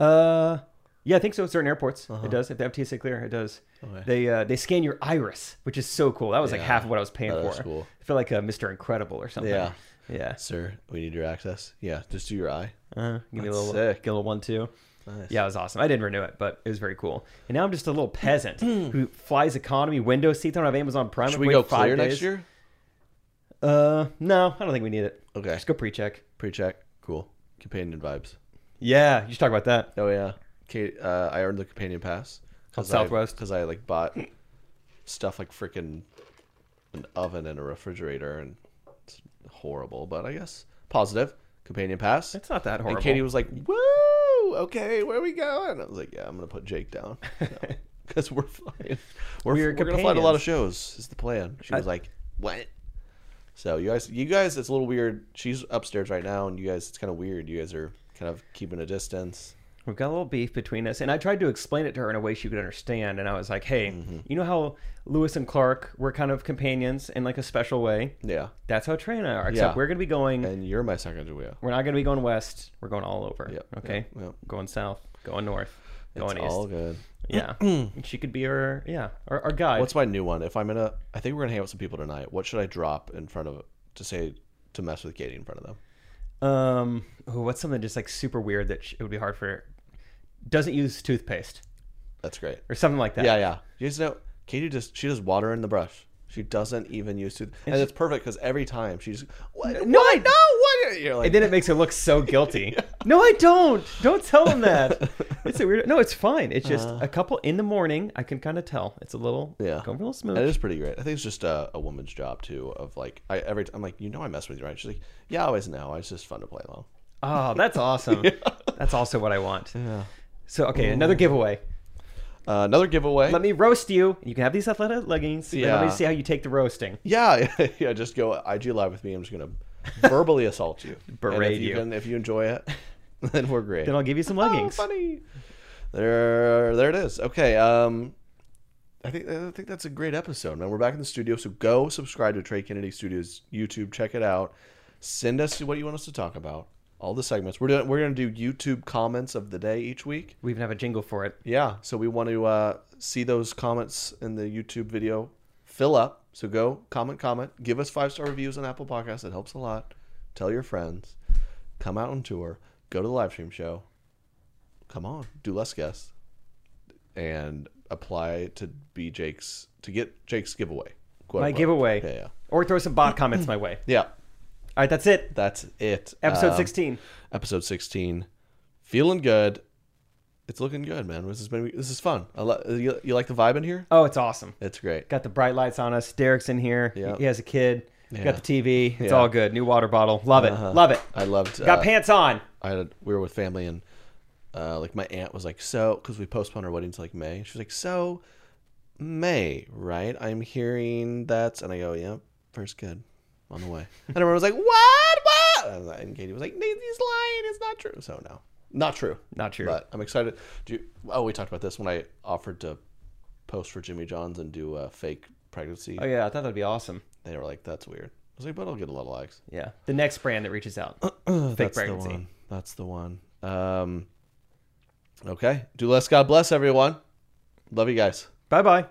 Speaker 1: Uh, yeah, I think so. Certain airports,
Speaker 2: Uh-huh.
Speaker 1: it does. If they have TSA clear, it does. They uh, they scan your iris, which is so cool. That was like
Speaker 2: Yeah,
Speaker 1: half of what I was paying
Speaker 2: that
Speaker 1: for.
Speaker 2: is cool.
Speaker 1: I feel like a Mr. Incredible or something.
Speaker 2: Yeah.
Speaker 1: yeah.
Speaker 2: Sir, we need your access. Yeah, just do your eye.
Speaker 1: Uh, give me a
Speaker 2: That's
Speaker 1: little,
Speaker 2: sick.
Speaker 1: get a little one two. Yeah, it was awesome. I didn't renew it, but it was very cool. And now I'm just a
Speaker 2: (clears throat)
Speaker 1: little peasant who flies economy window seats. I don't have Amazon Prime.
Speaker 2: Should
Speaker 1: I
Speaker 2: we
Speaker 1: wait
Speaker 2: go
Speaker 1: five
Speaker 2: clear next
Speaker 1: days.
Speaker 2: year?
Speaker 1: Uh, no, I don't think we need it.
Speaker 2: Okay.
Speaker 1: just go pre-check.
Speaker 2: Pre-check. Cool. Companion vibes.
Speaker 1: Yeah, you should talk about that.
Speaker 2: Oh yeah. Kate, uh, I earned the companion pass.
Speaker 1: On Southwest?
Speaker 2: Because I like bought stuff like freaking an oven and a refrigerator, and it's horrible. But I guess positive companion pass.
Speaker 1: It's not that horrible.
Speaker 2: And Katie was like, "Woo, okay, where are we going?" I was like, "Yeah, I'm gonna put
Speaker 1: (laughs)
Speaker 2: Jake down (laughs) because we're flying.
Speaker 1: We're
Speaker 2: We're, we're gonna fly to a
Speaker 1: companions.
Speaker 2: lot of shows. Is the plan?" She was like, "What?" So you guys, you guys, it's a little weird. She's upstairs right now, and you guys, it's kind of weird. You guys are kind of keeping a distance.
Speaker 1: We've got a little beef between us. And I tried to explain it to her in a way she could understand. And I was like, hey,
Speaker 2: Mm-hmm.
Speaker 1: you know how Lewis and Clark were kind of companions in like a special way?
Speaker 2: Yeah,
Speaker 1: That's how Trey and I are, except
Speaker 2: Yeah.
Speaker 1: we're going to be going,
Speaker 2: and you're my second wheel.
Speaker 1: we're not going to be going west. We're going all over.
Speaker 2: Yep,
Speaker 1: Okay.
Speaker 2: yep, yep.
Speaker 1: Going south, going north,
Speaker 2: It's
Speaker 1: going east.
Speaker 2: all good. (clears throat)
Speaker 1: Yeah, she could be our yeah our, our guide.
Speaker 2: What's my new one? If I'm gonna, I think we're gonna hang out with some people tonight. What should I drop in front of to say to mess with Katie in front of them?
Speaker 1: um oh, what's something just like super weird that sh- it would be hard for doesn't use toothpaste
Speaker 2: That's great.
Speaker 1: or something like that.
Speaker 2: Yeah, yeah. You guys know Katie just she does water in the brush. She doesn't even use to, and it's perfect because every time she's what,
Speaker 1: No,
Speaker 2: what?
Speaker 1: I-
Speaker 2: no, what? You're like,
Speaker 1: And then it makes her look so
Speaker 2: (laughs)
Speaker 1: guilty. No, I don't. Don't tell him that. It's a weird. No, it's fine. It's just a couple in the morning. I can kind of tell. It's a little
Speaker 2: Uh-huh. Yeah.
Speaker 1: going for a little smooth.
Speaker 2: It is pretty great. I think it's just a, a woman's job too. Of like, I every I'm like, you know, I mess with you, right? She's like, yeah, I always know. It's just fun to play along.
Speaker 1: Oh, that's awesome.
Speaker 2: (laughs)
Speaker 1: That's also what I want. Yeah. So okay,
Speaker 2: Mm.
Speaker 1: another giveaway.
Speaker 2: Uh, another giveaway.
Speaker 1: Let me roast you. You can have these athletic leggings. and Let
Speaker 2: Yeah.
Speaker 1: me see how you take the roasting.
Speaker 2: yeah, (laughs) yeah. Just go IG live with me. I'm just gonna
Speaker 1: (laughs)
Speaker 2: verbally assault you, And
Speaker 1: Berate
Speaker 2: if you.
Speaker 1: you.
Speaker 2: Can, if you enjoy it, (laughs) then we're great.
Speaker 1: Then I'll give you some leggings.
Speaker 2: Oh, funny. There, there it is. Okay. Um, I think I think that's a great episode, man. We're back in the studio, so go subscribe to Trey Kennedy Studios YouTube. Check it out. Send us what you want us to talk about. All the segments. We're doing. We're going to do YouTube comments of the day each week.
Speaker 1: We even have a jingle for it.
Speaker 2: Yeah. So we want to uh, see those comments in the YouTube video fill up. So go comment, comment, give us five star reviews on Apple Podcasts. It helps a lot. Tell your friends. Come out on tour. Go to the live stream show. Come on, do less guests, and apply to be Jake's to get Jake's giveaway. quote
Speaker 1: My
Speaker 2: unquote.
Speaker 1: giveaway.
Speaker 2: Yeah, yeah,
Speaker 1: Or throw some bot comments my way.
Speaker 2: yeah.
Speaker 1: All right, that's it.
Speaker 2: That's it.
Speaker 1: Episode
Speaker 2: Um,
Speaker 1: 16.
Speaker 2: episode 16 feeling good it's looking good man this has been this is fun I li- you, you like the vibe in here
Speaker 1: Oh, it's awesome.
Speaker 2: it's great
Speaker 1: Got the bright lights on us. Derek's in here.
Speaker 2: Yeah.
Speaker 1: He has a kid.
Speaker 2: Yeah.
Speaker 1: Got the TV. It's
Speaker 2: Yeah. Uh-huh.
Speaker 1: all good. New water bottle. Love it. Love it.
Speaker 2: i loved
Speaker 1: Got
Speaker 2: uh,
Speaker 1: pants on.
Speaker 2: i had a, we were with family and uh, like my aunt was like so because we postponed our wedding to like may she was like so may right i'm hearing that's and i go yep first kid on the way (laughs) and everyone was like what what and, I- and katie was like he's lying it's not true so no not true
Speaker 1: Not true.
Speaker 2: But I'm excited. Do you, oh, we talked about this when I offered to post for Jimmy John's and do a fake pregnancy.
Speaker 1: Oh, yeah. I thought that'd be awesome.
Speaker 2: They were like, "That's weird." I was like, "But I'll get a lot of likes."
Speaker 1: Yeah. The next brand that reaches out. Fake
Speaker 2: Ah, That's the
Speaker 1: pregnancy.
Speaker 2: one. That's the one. Um, okay. Do less. God bless everyone. Love you guys.
Speaker 1: Bye bye.